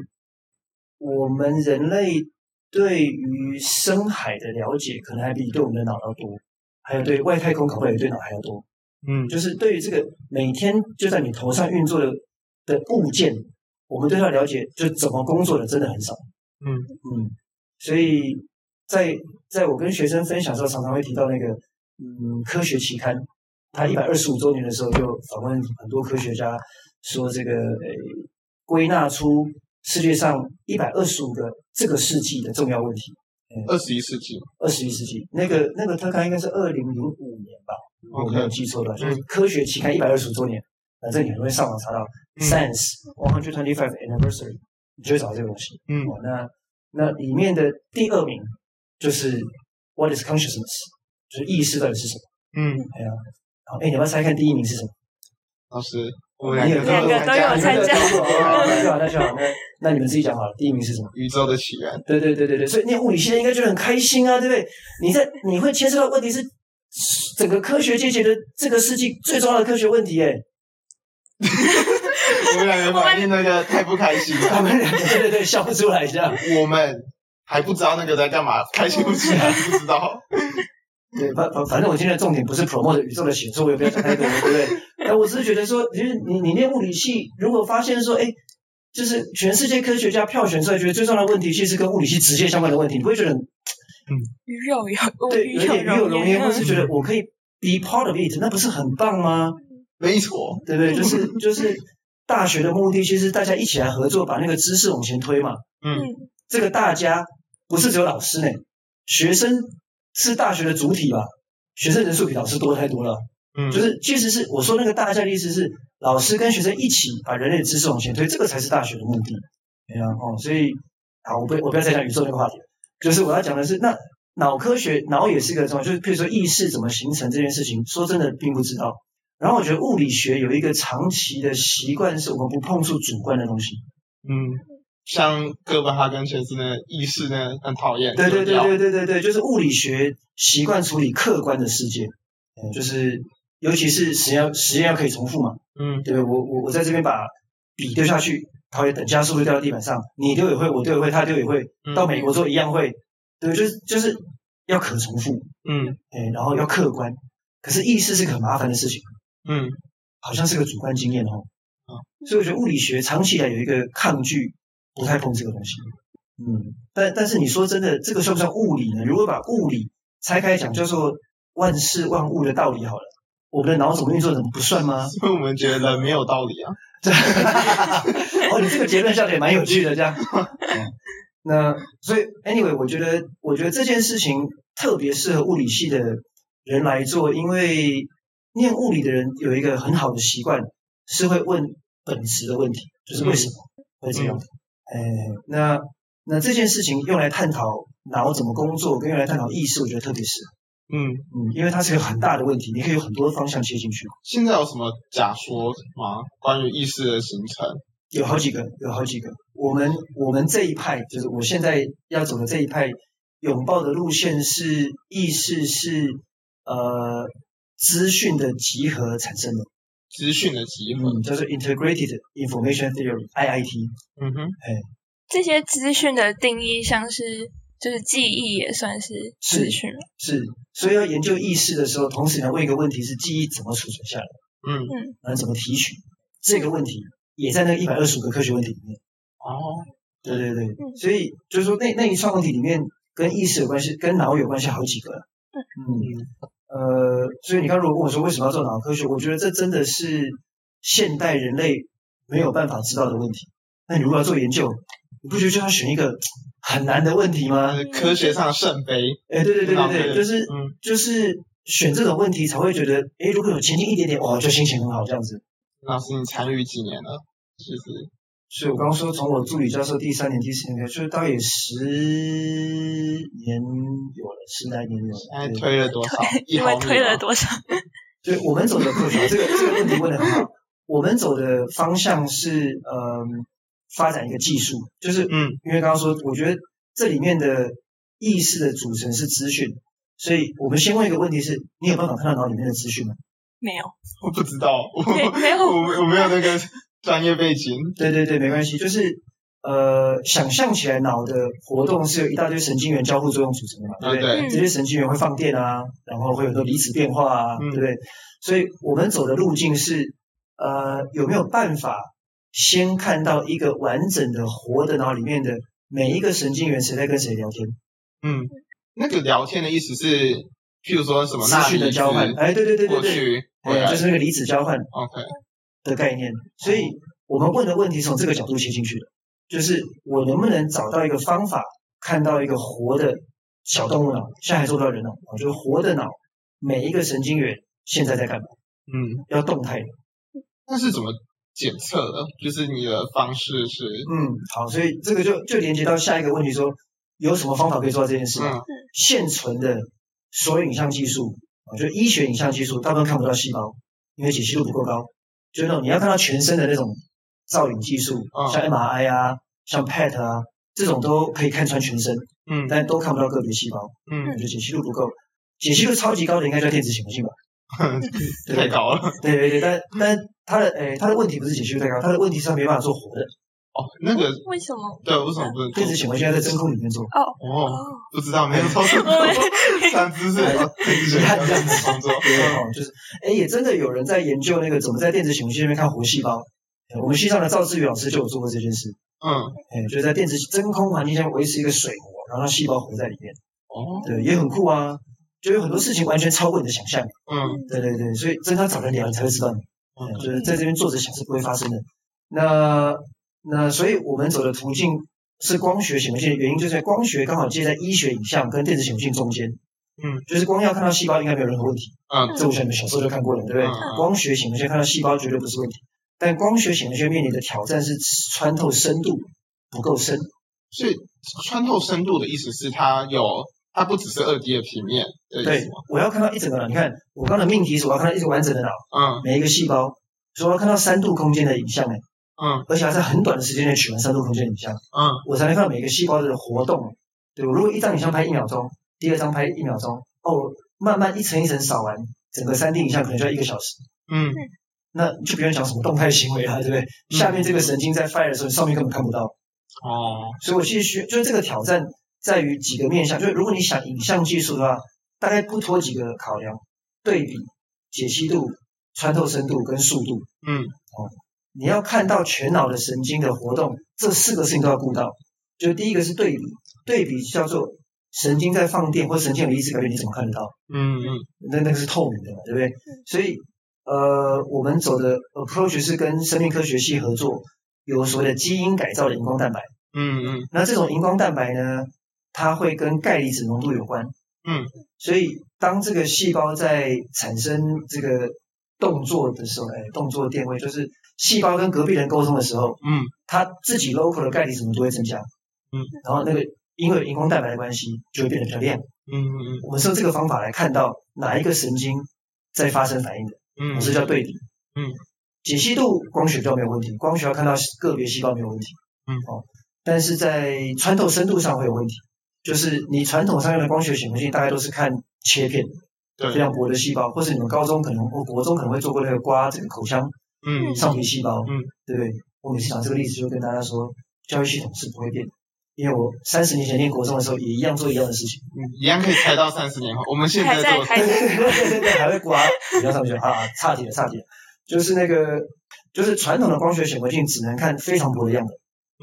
Speaker 3: 我们人类对于深海的了解，可能还比对我们的脑要多，还有对外太空搞不好也对脑还要多。
Speaker 1: 嗯
Speaker 3: 就是对于这个每天就在你头上运作的的物件，我们对它了解就怎么工作的真的很少。
Speaker 1: 嗯
Speaker 3: 嗯，所以在在我跟学生分享的时候，常常会提到那个嗯科学期刊，它一百二十五周年的时候就访问很多科学家，说这个呃归纳出世界上一百二十五个这个世纪的重要问题。
Speaker 1: 二十一世纪
Speaker 3: 二十一世纪那个那个特刊应该是二零零五年吧。我没有
Speaker 1: OK 嗯
Speaker 3: 记错的话，就是《科学期刊》一百二十周年，反正你很会上网查到
Speaker 1: 嗯
Speaker 3: Science One Hundred Twenty Five Anniversary，你就会找到这个东西。
Speaker 1: 嗯
Speaker 3: 哦，那那里面的第二名就是 What is consciousness，就是意识到底是什么？
Speaker 1: 嗯，
Speaker 3: 好，哎，你要不要猜看第一名是什么？
Speaker 1: 老师，我们两个
Speaker 2: 两个都有参加
Speaker 3: 那 [LAUGHS] 就好，那就好，那那你们自己讲好了，第一名是什么？
Speaker 1: 宇宙的起源，
Speaker 3: 对对对对对，所以念物理系的应该觉得很开心啊，对不对？你在你会牵涉到问题是整个科学界觉得这个世纪最重要的科学问题，哎。
Speaker 1: 我们两个反应那个太不开心
Speaker 3: [LAUGHS] 他
Speaker 1: 了，
Speaker 3: 们两个对对对笑不出来这样。
Speaker 1: 我们还不知道那个在干嘛，开心不起来，不知道。
Speaker 3: 对，反反反正我今天的重点不是 promote 宇宙的写作，我也不要讲太多，对不对？那我只是觉得说，就是你你念物理系，如果发现说，哎，就是全世界科学家票选出来，觉得最重要的问题其实是跟物理系直接相关的问题，你不会觉得很
Speaker 2: 鱼肉有
Speaker 3: 对有点与有荣焉，或是
Speaker 2: 嗯
Speaker 3: 觉得我可以 be part of it，那不是很棒吗？
Speaker 1: 没错，
Speaker 3: 对不对？就是就是大学的目的，其实大家一起来合作，把那个知识往前推嘛。
Speaker 1: 嗯
Speaker 3: 这个大家不是只有老师呢，学生是大学的主体吧？学生人数比老师多太多了，
Speaker 1: 嗯
Speaker 3: 就是其实是我说那个大家的意思是，老师跟学生一起把人类的知识往前推，这个才是大学的目的。对啊，哦，所以啊，我不我不要再讲宇宙那个话题了，就是我要讲的是，那脑科学脑也是一个重要，就是譬如说意识怎么形成这件事情，说真的并不知道。然后我觉得物理学有一个长期的习惯，是我们不碰触主观的东西。
Speaker 1: 嗯，像哥本哈根学制的意识呢，很讨厌。
Speaker 3: 对对
Speaker 1: 丢
Speaker 3: 对
Speaker 1: 掉
Speaker 3: 对对对对，就是物理学习惯处理客观的世界，嗯就是尤其是实验实验要可以重复嘛，
Speaker 1: 嗯
Speaker 3: 对不对？我我我在这边把笔丢下去，它会等加速度掉到地板上，你丢也会，我丢也会，他丢也会，
Speaker 1: 嗯
Speaker 3: 到美国之后一样会，对，就是就是要可重复，
Speaker 1: 嗯
Speaker 3: 哎，然后要客观，可是意识是个很麻烦的事情，
Speaker 1: 嗯
Speaker 3: 好像是个主观经验哦
Speaker 1: 嗯，
Speaker 3: 所以我觉得物理学长期以来有一个抗拒，不太碰这个东西。嗯，但但是你说真的，这个算不算物理呢？如果把物理拆开讲，叫做万事万物的道理好了，我们的脑怎么运作怎么不算吗？
Speaker 1: 所以我们觉得人没有道理啊。
Speaker 3: 对， [LAUGHS] 哦，你这个结论笑的也蛮有趣的，这样。 [LAUGHS] 嗯那所以，anyway，我觉得，我觉得这件事情特别适合物理系的人来做，因为念物理的人有一个很好的习惯，是会问本质的问题，就是为什么会这样。哎、那那这件事情用来探讨脑怎么工作，跟用来探讨意识，我觉得特别适合。
Speaker 1: 嗯，
Speaker 3: 嗯，因为它是个很大的问题，你可以有很多方向切进去，
Speaker 1: 现在有什么假说吗？关于意识的形成？
Speaker 3: 有好几个，有好几个。我们我们这一派，就是我现在要走的这一派，拥抱的路线是意识是呃资讯的集合产生的，
Speaker 1: 资讯的集合？
Speaker 3: 嗯，叫做 Integrated Information Theory（IIT）。
Speaker 1: 嗯哼，
Speaker 2: 这些资讯的定义，像是就是记忆也算是
Speaker 3: 是
Speaker 2: 资讯吗
Speaker 3: 是，所以要研究意识的时候，同时你要问一个问题是记忆怎么储存下来，
Speaker 1: 嗯，
Speaker 3: 然后怎么提取这个问题，也在那一百二十五个科学问题里面。
Speaker 1: 哦，
Speaker 3: 对对对，所以就是说那那一串问题里面跟意识有关系，跟脑有关系好几个。嗯，呃，所以你刚如果问我说为什么要做脑科学，我觉得这真的是现代人类没有办法知道的问题。那你如果要做研究，你不觉得就要选一个很难的问题吗
Speaker 1: 那？是科学上的圣杯。
Speaker 3: 哎，对对对
Speaker 1: 脑
Speaker 3: 对
Speaker 1: 科学
Speaker 3: 对，就是
Speaker 1: 嗯
Speaker 3: 就是选这种问题才会觉得，哎，如果有前进一点点，哇，就心情很好这样子。
Speaker 1: 老师，你参与几年了？其实
Speaker 3: 所以我刚刚说，从我助理教授第三年、第四年开始，就是大概有十年有了，十来年有
Speaker 1: 现在
Speaker 3: 了。对，
Speaker 1: 推了多少？一
Speaker 2: 因为
Speaker 1: 毫米
Speaker 2: 推了
Speaker 1: 吗
Speaker 2: 多少？ [LAUGHS]
Speaker 3: 所以我们走的科学，这个这个问题问的很好。我们走的方向是，嗯，发展一个技术，就是
Speaker 1: 嗯
Speaker 3: 因为刚刚说，我觉得这里面的意识的组成是资讯，所以我们先问一个问题是：你有办法看到脑里面的资讯吗？
Speaker 2: 没
Speaker 1: [LAUGHS]
Speaker 2: 有，
Speaker 1: 我不知道，我
Speaker 2: 没没有
Speaker 1: 我我没有那个专业背景。
Speaker 3: 对对对，没关系，就是呃，想象起来脑的活动是由一大堆神经元交互作用组成的嘛，对
Speaker 1: 啊，
Speaker 3: 不对？
Speaker 1: 对，
Speaker 2: 嗯
Speaker 3: 这些神经元会放电啊，然后会有很多离子变化啊，
Speaker 1: 嗯
Speaker 3: 对不对？所以我们走的路径是，呃，有没有办法先看到一个完整的活的脑里面的每一个神经元谁在跟谁聊天，
Speaker 1: 嗯，那个聊天的意思是，譬如说什么
Speaker 3: 资
Speaker 1: 哦那
Speaker 3: 讯的
Speaker 1: 离
Speaker 3: 交换
Speaker 1: 子，
Speaker 3: 哎，对对对对
Speaker 1: 过
Speaker 3: 对，
Speaker 1: 去回
Speaker 3: 哎，
Speaker 1: 来
Speaker 3: 就是那个离子交换，
Speaker 1: ，OK，
Speaker 3: 的概念，所以我们问的问题是从这个角度切进去的，就是我能不能找到一个方法，看到一个活的小动物脑，现在还做不到人脑，就是活的脑，每一个神经元现在在干嘛？
Speaker 1: 嗯，
Speaker 3: 要动态的。
Speaker 1: 那是怎么检测的？就是你的方式是，
Speaker 3: 嗯，好，所以这个就就连接到下一个问题说，有什么方法可以做到这件事？
Speaker 1: 嗯
Speaker 3: 现存的所有影像技术啊，就医学影像技术，大部分看不到细胞，因为解析度不够高。就那种你要看到全身的那种造影技术，
Speaker 1: 嗯
Speaker 3: 像 MRI 啊，像 PET 啊，这种都可以看穿全身，
Speaker 1: 嗯
Speaker 3: 但都看不到个别细胞，
Speaker 1: 嗯，
Speaker 3: 就解析度不够。解析度超级高的应该叫电子显
Speaker 1: [LAUGHS]
Speaker 3: 微镜吧？对
Speaker 1: 太高了。
Speaker 3: 对对对，但但它的诶、它的问题不是解析度太高，它的问题是它没办法做活的。
Speaker 1: 哦，那个
Speaker 2: 为什么？
Speaker 1: 对，为什么不能做
Speaker 3: 电子显微镜要在真空里面做，
Speaker 1: 哦，
Speaker 2: 哦，
Speaker 1: 不知道，没有
Speaker 3: [LAUGHS]
Speaker 1: 操作过，三知识，哦电子显微镜要怎么操作？
Speaker 3: 对哦，就是哎，也真的有人在研究那个怎么在电子显微镜那边看活细胞。呃我们系上的赵志宇老师就有做过这件事，
Speaker 1: 嗯，
Speaker 3: 哎，就是在电子真空环境下维持一个水膜，然后让细胞活在里面，
Speaker 1: 哦，
Speaker 3: 对，也很酷啊。就有很多事情完全超过你的想象，
Speaker 1: 嗯
Speaker 3: 对对对，所以真的要找人聊，你才会知道你，嗯
Speaker 1: 嗯
Speaker 3: 就是在这边坐着想是不会发生的。那那所以我们走的途径是光学显微镜，原因就是光学刚好介在医学影像跟电子显微镜中间，
Speaker 1: 嗯，
Speaker 3: 就是光要看到细胞应该没有任何问题，
Speaker 1: 嗯
Speaker 3: 这我想你们小时候就看过了，对不对？
Speaker 1: 嗯
Speaker 3: 光学显微学看到细胞绝对不是问题，但光学显微学面临的挑战是穿透深度不够深。
Speaker 1: 所以穿透深度的意思是它有，它不只是二 D 的平面的意
Speaker 3: 对
Speaker 1: 思吗？，
Speaker 3: 我要看到一整个脑，你看我刚刚的命题是我要看到一个完整的脑，
Speaker 1: 嗯
Speaker 3: 每一个细胞，所以我要看到三度空间的影像哎，
Speaker 1: 嗯
Speaker 3: 而且要在很短的时间内取完三度空间的影像，
Speaker 1: 嗯
Speaker 3: 我才能看到每个细胞的活动。欸对，我如果一张影像拍一秒钟，第二张拍一秒钟，哦，慢慢一层一层扫完，整个三 D 影像可能就要一个小时。
Speaker 1: 嗯
Speaker 3: 那就不用讲什么动态行为了，对不对？下面这个神经在 fire 的时候，上面根本看不到。
Speaker 1: 哦
Speaker 3: 所以我其实需就是这个挑战在于几个面向，就是如果你想影像技术的话，大概不脱几个考量：对比、解析度、穿透深度跟速度。
Speaker 1: 嗯
Speaker 3: 你要看到全脑的神经的活动，这四个事情都要顾到。就是第一个是对比，对比叫做神经在放电或神经有意识改变，你怎么看得到？
Speaker 1: 嗯嗯
Speaker 3: 那那个是透明的嘛，对不对？所以呃，我们走的 approach 是跟生命科学系合作，有所谓的基因改造的荧光蛋白。
Speaker 1: 嗯嗯
Speaker 3: 那这种荧光蛋白呢，它会跟钙离子浓度有关。
Speaker 1: 嗯，
Speaker 3: 所以当这个细胞在产生这个动作的时候，哎，动作电位就是细胞跟隔壁人沟通的时候，
Speaker 1: 嗯
Speaker 3: 它自己 local 的钙离子浓度会增加。
Speaker 1: 嗯，
Speaker 3: 然后那个因为有荧光蛋白的关系，就会变得比较亮。
Speaker 1: 嗯嗯
Speaker 3: 我们是用这个方法来看到哪一个神经在发生反应的，
Speaker 1: 嗯，
Speaker 3: 我是叫对比。
Speaker 1: 嗯，
Speaker 3: 解析度光学比较没有问题，光学要看到个别细胞没有问题。
Speaker 1: 嗯
Speaker 3: 哦，但是在穿透深度上会有问题，就是你传统上用的光学显微镜大概都是看切片
Speaker 1: 对
Speaker 3: 非常薄的细胞，或是你们高中可能或国中可能会做过那个刮这个口腔
Speaker 1: 嗯
Speaker 3: 上皮细胞，
Speaker 1: 嗯，
Speaker 3: 对不对？我每次讲这个例子就跟大家说，教育系统是不会变的，因为我三十年前念国中的时候也一样做一样的事情。
Speaker 1: 嗯一样可以猜到三十年后，我们现
Speaker 2: 还
Speaker 1: 在
Speaker 2: 在
Speaker 1: 做嗯 [LAUGHS]
Speaker 2: 还在
Speaker 3: 对对对，还会刮，不要上去啊，差点了差点了，就是那个就是传统的光学显微镜只能看非常薄的样本，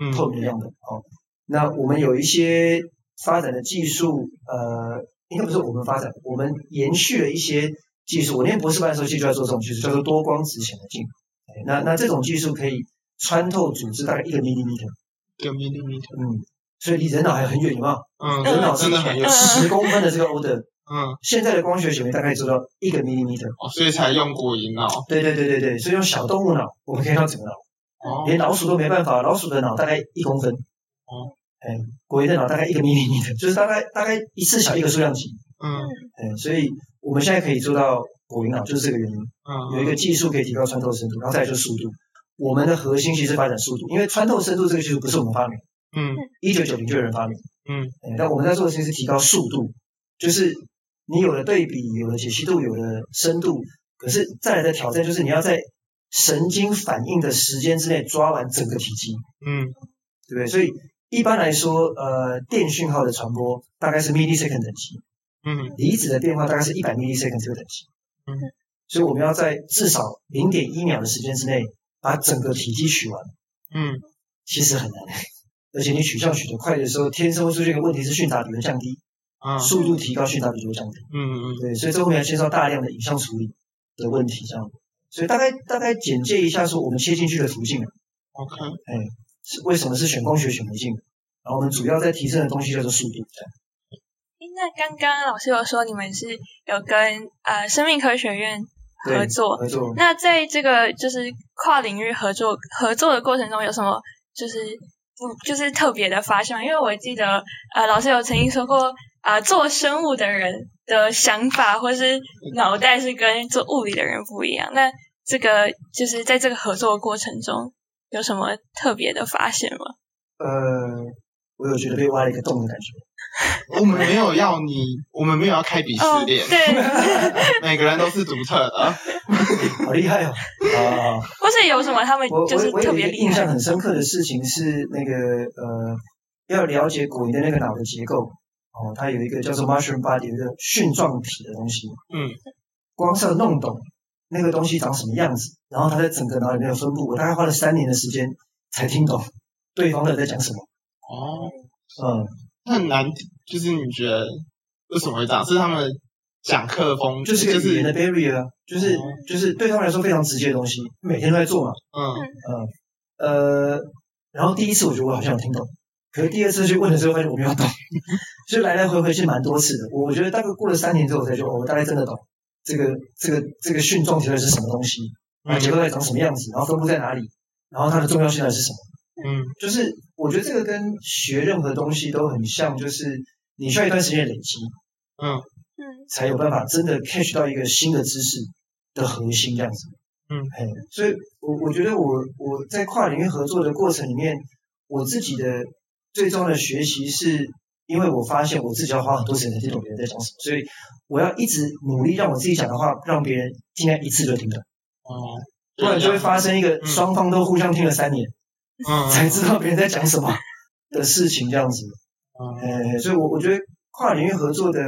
Speaker 1: 嗯
Speaker 3: 透明的样本哦。那我们有一些发展的技术，呃，应该不是我们发展，我们延续了一些技术。我念博士班的时候，其实就在做这种技术，叫做多光子显微镜。哎那那这种技术可以穿透组织大概一个 millimeter，
Speaker 1: 一个 millimeter，
Speaker 3: 嗯，所以离人脑还很远，有没有？
Speaker 1: 嗯，
Speaker 3: 人脑
Speaker 1: 真的很有
Speaker 2: 嗯
Speaker 3: 十公分的这个 order，
Speaker 1: 嗯
Speaker 3: 现在的光学显微大概做到一个 millimeter。
Speaker 1: 哦，所以才用啊果蝇脑
Speaker 3: 对对对对对，所以用小动物脑，我们可以看到整个脑，
Speaker 1: 哦，
Speaker 3: 连老鼠都没办法，老鼠的脑大概一公分，
Speaker 1: 哦，
Speaker 3: 哎，果蝇的脑大概一个 millimeter，就是大概大概一次小一个数量级，
Speaker 1: 嗯
Speaker 3: 哎，所以我们现在可以做到果蝇脑，就是这个原因，
Speaker 1: 嗯
Speaker 3: 有一个技术可以提高穿透深度，然后再来就是速度。我们的核心其实是发展速度，因为穿透深度这个技术不是我们发明，
Speaker 1: 嗯
Speaker 3: 一九九零就有人发明，
Speaker 1: 嗯
Speaker 3: 哎，但我们在做的事情是提高速度，就是你有了对比，有了解析度，有了深度，可是再来的挑战就是你要在神经反应的时间之内抓完整个体积，
Speaker 1: 嗯
Speaker 3: 对不对？所以一般来说，呃，电讯号的传播大概是 millisecond 等级，
Speaker 1: 嗯
Speaker 3: 离子的变化大概是一百 millisecond 这个等级，
Speaker 1: 嗯，
Speaker 3: 所以我们要在至少零点一秒的时间之内把整个体积取完，
Speaker 1: 嗯
Speaker 3: 其实很难。 [LAUGHS] 而且你取像取得快的时候，天生会出现一个问题是讯达比会降低，
Speaker 1: 啊
Speaker 3: 速度提高，讯达比就会降低。
Speaker 1: 嗯嗯
Speaker 3: 对，所以这后面还牵涉到大量的影像处理的问题，这样。所以大概大概简介一下，说我们切进去的途径啊
Speaker 1: ，OK，
Speaker 3: 是为什么是选光学选微镜，啊然后我们主要在提升的东西叫做速度。这样
Speaker 2: 诶那刚刚老师有说你们是有跟呃生命科学院
Speaker 3: 对
Speaker 2: 合作，
Speaker 3: 合作，
Speaker 2: 那在这个就是跨领域合作合作的过程中，有什么就是不就是特别的发现吗？因为我记得呃，老师有曾经说过，啊，做生物的人的想法或是脑袋是跟做物理的人不一样。那这个就是在这个合作的过程中，有什么特别的发现吗？
Speaker 3: 呃，我有觉得被挖了一个洞的感觉。
Speaker 1: 我们没有要你，我们没有要开鄙
Speaker 2: 哦，
Speaker 1: 视链，
Speaker 2: 对，
Speaker 1: 每个人都是独特的，
Speaker 3: 好
Speaker 2: [LAUGHS]
Speaker 3: 厉害哦！啊，
Speaker 2: 或是有什么他们
Speaker 3: 我
Speaker 2: 就是
Speaker 3: 我我
Speaker 2: 特
Speaker 3: 有一
Speaker 2: 别
Speaker 3: 个
Speaker 2: 厉
Speaker 3: 印象
Speaker 2: 害？
Speaker 3: 很深刻的事情是那个呃，要了解果蝇的那个脑的结构哦，它有一个叫做 mushroom body，有一个蕈状体的东西。
Speaker 1: 嗯，
Speaker 3: 光是要弄懂那个东西长什么样子，然后它在整个脑里面的分布，我大概花了三年的时间才听懂对方的在讲什么。
Speaker 1: 哦，
Speaker 3: 嗯，
Speaker 1: 那很难，就是你觉得为什么会这样？是他们讲课风，
Speaker 3: 就是
Speaker 1: 嗯就
Speaker 3: 个语
Speaker 1: 是
Speaker 3: 言的 barrier，啊就是
Speaker 1: 哦
Speaker 3: 就是对他们来说非常直接的东西，每天都在做嘛。
Speaker 1: 嗯
Speaker 3: 呃，然后第一次我觉得我好像有听懂，可是第二次去问的时候发现我没有懂， [LAUGHS] 所以来来回回是蛮多次的。我我觉得大概过了三年之后，我才觉得哦我大概真的懂这个这个这个蕈状体到底是什么东西，啊，结构到底长什么样子，然后分布在哪里，然后它的重要性到底是什么。
Speaker 1: 嗯
Speaker 3: 就是我觉得这个跟学任何东西都很像，就是你需要一段时间累积，
Speaker 1: 嗯
Speaker 2: 嗯
Speaker 3: 才有办法真的 catch 到一个新的知识的核心这样子。
Speaker 1: 嗯
Speaker 3: 嘿，所以我我觉得我我在跨领域合作的过程里面，我自己的最终的学习是。因为我发现我自己要花很多时间才听懂别人在讲什么，所以我要一直努力让我自己讲的话让别人尽量一次就听懂，
Speaker 1: 哦，
Speaker 3: 不然就会发生一个
Speaker 1: 嗯
Speaker 3: 双方都互相听了三年，
Speaker 1: 嗯
Speaker 3: 才知道别人在讲什么的事情这样子。
Speaker 1: 嗯
Speaker 3: 呃，所以我我觉得跨领域合作的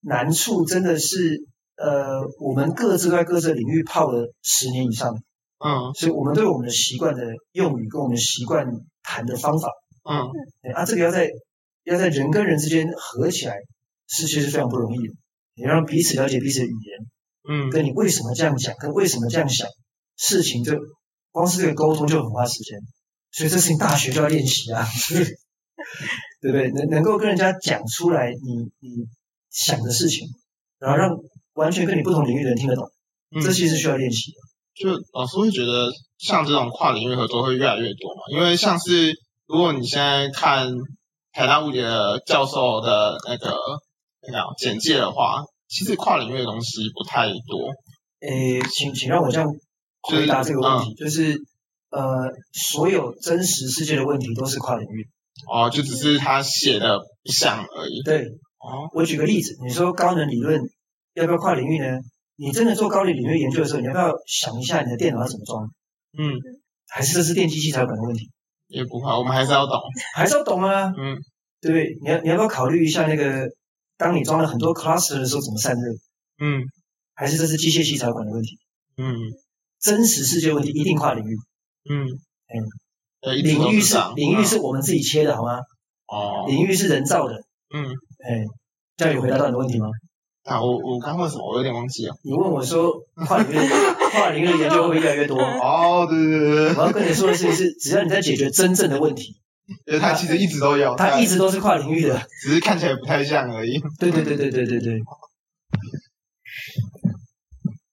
Speaker 3: 难处真的是，呃，我们各自在各自的领域泡了十年以上，
Speaker 1: 嗯
Speaker 3: 所以我们对我们的习惯的用语跟我们习惯谈的方法，
Speaker 1: 嗯
Speaker 3: 呃啊，这个要在要在人跟人之间合起来，是其实非常不容易的。你要让彼此了解彼此的语言，
Speaker 1: 嗯，
Speaker 3: 跟你为什么这样讲，跟为什么这样想，事情就光是这个沟通就很花时间，所以这事情大学就要练习啊， [LAUGHS] 对不对？能能够跟人家讲出来你你想的事情，然后让完全跟你不同领域的人听得懂，
Speaker 1: 嗯
Speaker 3: 这其实需要练习的。
Speaker 1: 就老师会觉得像这种跨领域合作会越来越多嘛？因为像是如果你现在看台大物理的教授的那个那个简介的话，其实跨领域的东西不太多。
Speaker 3: 诶，请请让我这样回答这个问题，就是呃，所有真实世界的问题都是跨领域的。
Speaker 1: 哦，就只是他写的不像而已。
Speaker 3: 对，
Speaker 1: 哦，
Speaker 3: 我举个例子，你说高能理论要不要跨领域呢？你真的做高能领域研究的时候，你要不要想一下你的电脑要怎么装？
Speaker 1: 嗯，
Speaker 3: 还是这是电机系才有可能的问题？
Speaker 1: 也不会，我们还是要懂。
Speaker 3: 还是要懂啊，
Speaker 1: 嗯
Speaker 3: 对不对？你要你要不要考虑一下那个，当你装了很多 cluster 的时候怎么散热？
Speaker 1: 嗯
Speaker 3: 还是这是机械系才有可能的问题？
Speaker 1: 嗯
Speaker 3: 真实世界问题一定跨领域，
Speaker 1: 嗯
Speaker 3: 嗯
Speaker 1: 对，一定
Speaker 3: 领
Speaker 1: 都啊
Speaker 3: 域
Speaker 1: 是
Speaker 3: 是
Speaker 1: 这样
Speaker 3: 领域是我们自己切的好吗？
Speaker 1: 哦，
Speaker 3: 领域是人造的，
Speaker 1: 嗯，
Speaker 3: 哎，这样有回答到你的问题吗？
Speaker 1: 啊，我我刚问什么，我有点忘记了。
Speaker 3: 你问我说跨领域跨领域的研究会越来
Speaker 1: [LAUGHS]
Speaker 3: 越多，我
Speaker 1: 哦，对对对对对
Speaker 3: 要跟你说的事情是，只要你在解决真正的问题，
Speaker 1: 对，他其实一直都有，
Speaker 3: 它一直都是跨领域的。
Speaker 1: 只是看起来不太像而已。
Speaker 3: [LAUGHS] 对对对对对对对，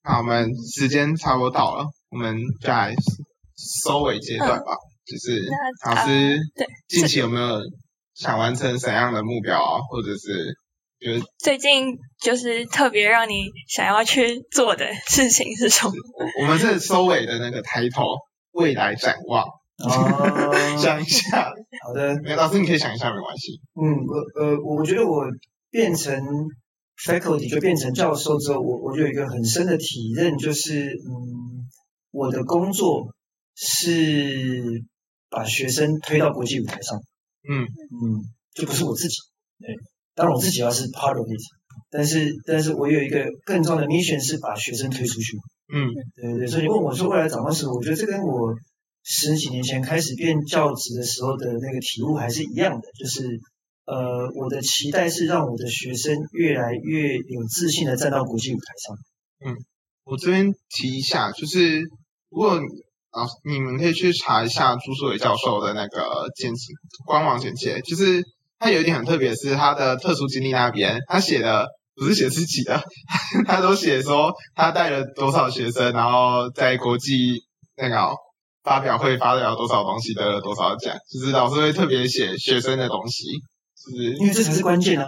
Speaker 1: 那我们时间差不多到了，我们就来收尾阶段吧。
Speaker 3: 嗯
Speaker 1: 就是
Speaker 3: 啊
Speaker 2: 那
Speaker 1: 老师
Speaker 2: 对
Speaker 1: 近期有没有想完成怎样的目标啊，或者是觉得
Speaker 2: 最近就是特别让你想要去做的事情是什么？
Speaker 1: 我们这收尾的那个抬头未来展望，
Speaker 3: 哦， [LAUGHS]
Speaker 1: 想一下，
Speaker 3: 好的，
Speaker 1: 没有老师你可以想一下，没关系。
Speaker 3: 呃嗯，我呃，我我觉得我变成 faculty 就变成教授之后，我我就有一个很深的体认，就是嗯，我的工作是把学生推到国际舞台上，
Speaker 1: 嗯
Speaker 3: 嗯，就不是我自己，对，当然我自己要是 part of it，但是但是我有一个更重要的 mission 是把学生推出去，
Speaker 1: 嗯
Speaker 3: 对对对，所以你问我说未来展望是什么，我觉得这跟我十几年前开始变教职的时候的那个体悟还是一样的，就是呃，我的期待是让我的学生越来越有自信的站到国际舞台上。
Speaker 1: 我这边提一下，就是如果啊，你们可以去查一下朱树伟教授的那个简介官网简介，就是他有一点很特别，是他的特殊经历那边，他写的不是写自己的， [LAUGHS] 他都写说他带了多少学生，然后在国际那个发表会发表多少东西，得了多少奖，就是老师会特别写学生的东西，就是
Speaker 3: 因为这才是关键啊！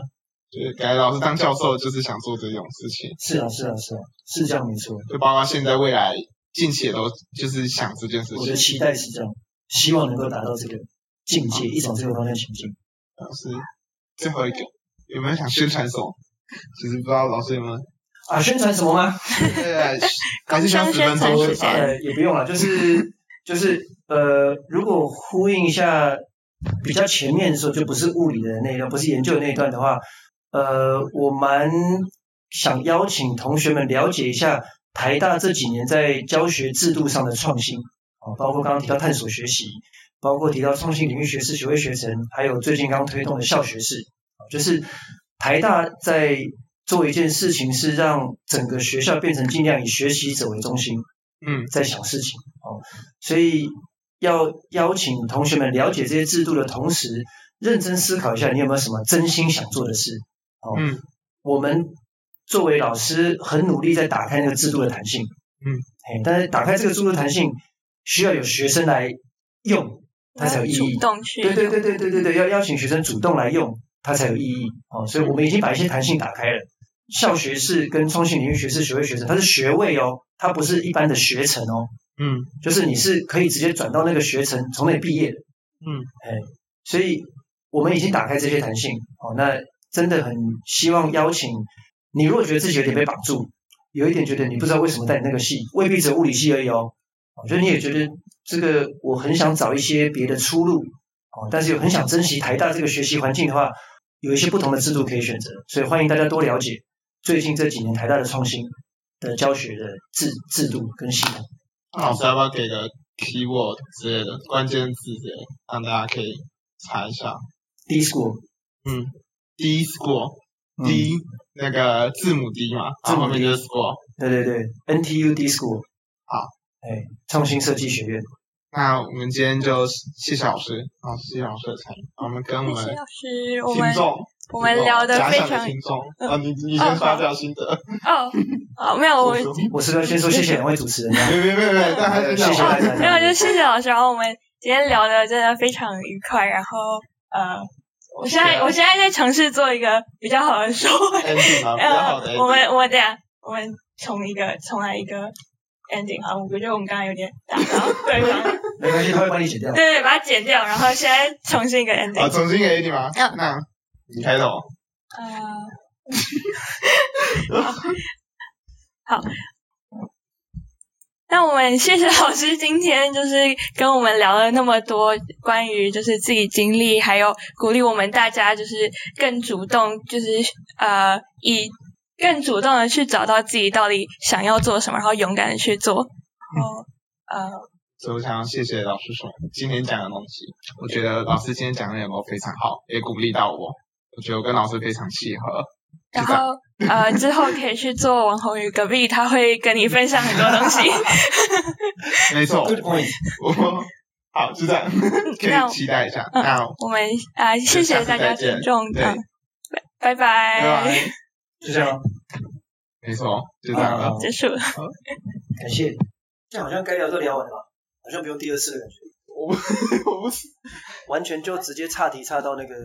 Speaker 1: 就是感觉老师当教授就是想做这种事情。
Speaker 3: 是啊，是啊，是啊，是这样没错。
Speaker 1: 就包括现在未来近期也都就是想这件事
Speaker 3: 我
Speaker 1: 情
Speaker 3: 的，期待是这样，希望能够达到这个境界，一直往这个方向前进。
Speaker 1: 老师最后一个有没有想宣传什么？其实不知道老师有没
Speaker 3: [LAUGHS]
Speaker 1: 有，
Speaker 3: 啊，宣传什么吗？
Speaker 1: 对还是需要十分钟宣传。
Speaker 3: 呃，也不用了，就是就是呃，如果呼应一下比较前面的时候，就不是物理的那一段，不是研究的那一段的话，呃，我蛮想邀请同学们了解一下台大这几年在教学制度上的创新啊，包括刚刚提到探索学习，包括提到创新领域学士学位学程，还有最近刚推动的校学士，啊就是台大在做一件事情，是让整个学校变成尽量以学习者为中心，
Speaker 1: 嗯
Speaker 3: 在想事情哦，所以要邀请同学们了解这些制度的同时，认真思考一下你有没有什么真心想做的事。哦，
Speaker 1: 嗯
Speaker 3: 我们作为老师很努力在打开那个制度的弹性，
Speaker 1: 嗯，
Speaker 3: 哎，但是打开这个制度的弹性需要有学生来用，它才有意义。
Speaker 2: 主动去
Speaker 3: 对对对对对对对，要邀请学生主动来用，它才有意义哦。所以我们已经把一些弹性打开了。校学士跟创新领域学士学位学程，它是学位哦，它不是一般的学程哦，
Speaker 1: 嗯
Speaker 3: 就是你是可以直接转到那个学程，从那里毕业的。哎
Speaker 1: 嗯，
Speaker 3: 所以我们已经打开这些弹性哦。那真的很希望邀请你，如果觉得自己有点被绑住，有一点觉得你不知道为什么在你那个系，未必只有物理系而已哦。我觉得你也觉得这个，我很想找一些别的出路哦，但是又很想珍惜台大这个学习环境的话，有一些不同的制度可以选择，所以欢迎大家多了解最近这几年台大的创新的教学的制制度跟系统。
Speaker 1: 那老师要不要给个 keyword 之类的关键字之类的，让大家可以查一下？
Speaker 3: D School
Speaker 1: 嗯，D score
Speaker 3: 嗯
Speaker 1: D、那个字母 D 嘛，
Speaker 3: 字
Speaker 1: 然
Speaker 3: 母
Speaker 1: 后后面就是 score。
Speaker 3: 对对对，NTU D School，
Speaker 1: 好，
Speaker 3: 哎，创新设计学院，
Speaker 1: 那我们今天就谢谢老师，啊，谢谢老师的参与，我们跟我
Speaker 2: 谢
Speaker 1: 们
Speaker 2: 谢老师，我
Speaker 1: 听
Speaker 2: 们
Speaker 1: 众，
Speaker 2: 我们聊得
Speaker 1: 假
Speaker 2: 非
Speaker 1: 想的
Speaker 2: 常嗯
Speaker 1: 听众啊，你你先发表心得，
Speaker 2: 哦，好，没有我
Speaker 1: 我
Speaker 2: 们
Speaker 1: 说
Speaker 3: 我是不是要先说谢谢两位主持人
Speaker 1: [LAUGHS]
Speaker 3: 啊？
Speaker 1: 没没没没，但还是
Speaker 3: 谢谢大家
Speaker 2: 没有，就谢谢老师。然后我们今天聊的真的非常愉快。然后呃，我现在我现在在尝试做一个比较好的收尾。
Speaker 1: ending
Speaker 2: [LAUGHS]
Speaker 1: 啊嘛，比较好的
Speaker 2: 呃，我
Speaker 1: ending。
Speaker 2: 们我们等一下我们从一个从来一个 ending 好，我觉得我们刚刚有点打到对方，
Speaker 3: 没关系，他会帮你剪掉
Speaker 2: [LAUGHS] 对。对，把它剪掉，然后现在重新一个 ending
Speaker 1: 啊，。重新给 ending 吗？
Speaker 2: 嗯
Speaker 1: 那你开头，
Speaker 2: 呃， [LAUGHS] 好，那我们谢谢老师今天就是跟我们聊了那么多关于就是自己经历，还有鼓励我们大家就是更主动，就是呃以更主动的去找到自己到底想要做什么，然后勇敢的去做。然后呃，
Speaker 1: 所以我想要谢谢老师说今天讲的东西，我觉得老师今天讲的也都非常好，也鼓励到我，我觉得我跟老师非常契合。
Speaker 2: 然
Speaker 1: 就这样
Speaker 2: 后呃之后可以去做网红与隔壁，他会跟你分享很多东西。
Speaker 1: 没错，
Speaker 3: Good point，
Speaker 1: 我 [LAUGHS] 好就这样，可
Speaker 2: 那我
Speaker 1: 以期待一下。
Speaker 2: 嗯
Speaker 1: 那
Speaker 2: 我们啊、呃谢谢大家尊重，
Speaker 1: 对
Speaker 2: 嗯，拜拜
Speaker 1: 拜
Speaker 2: 拜，
Speaker 1: 拜，
Speaker 3: 就这样，
Speaker 1: 没错，就这样了。啊
Speaker 3: 好
Speaker 2: 结束。
Speaker 3: 感谢。这样好像该聊都聊完了吧，好像不用第二次的感觉，
Speaker 1: [LAUGHS] 我不我不是
Speaker 3: 完全就直接岔题岔到那个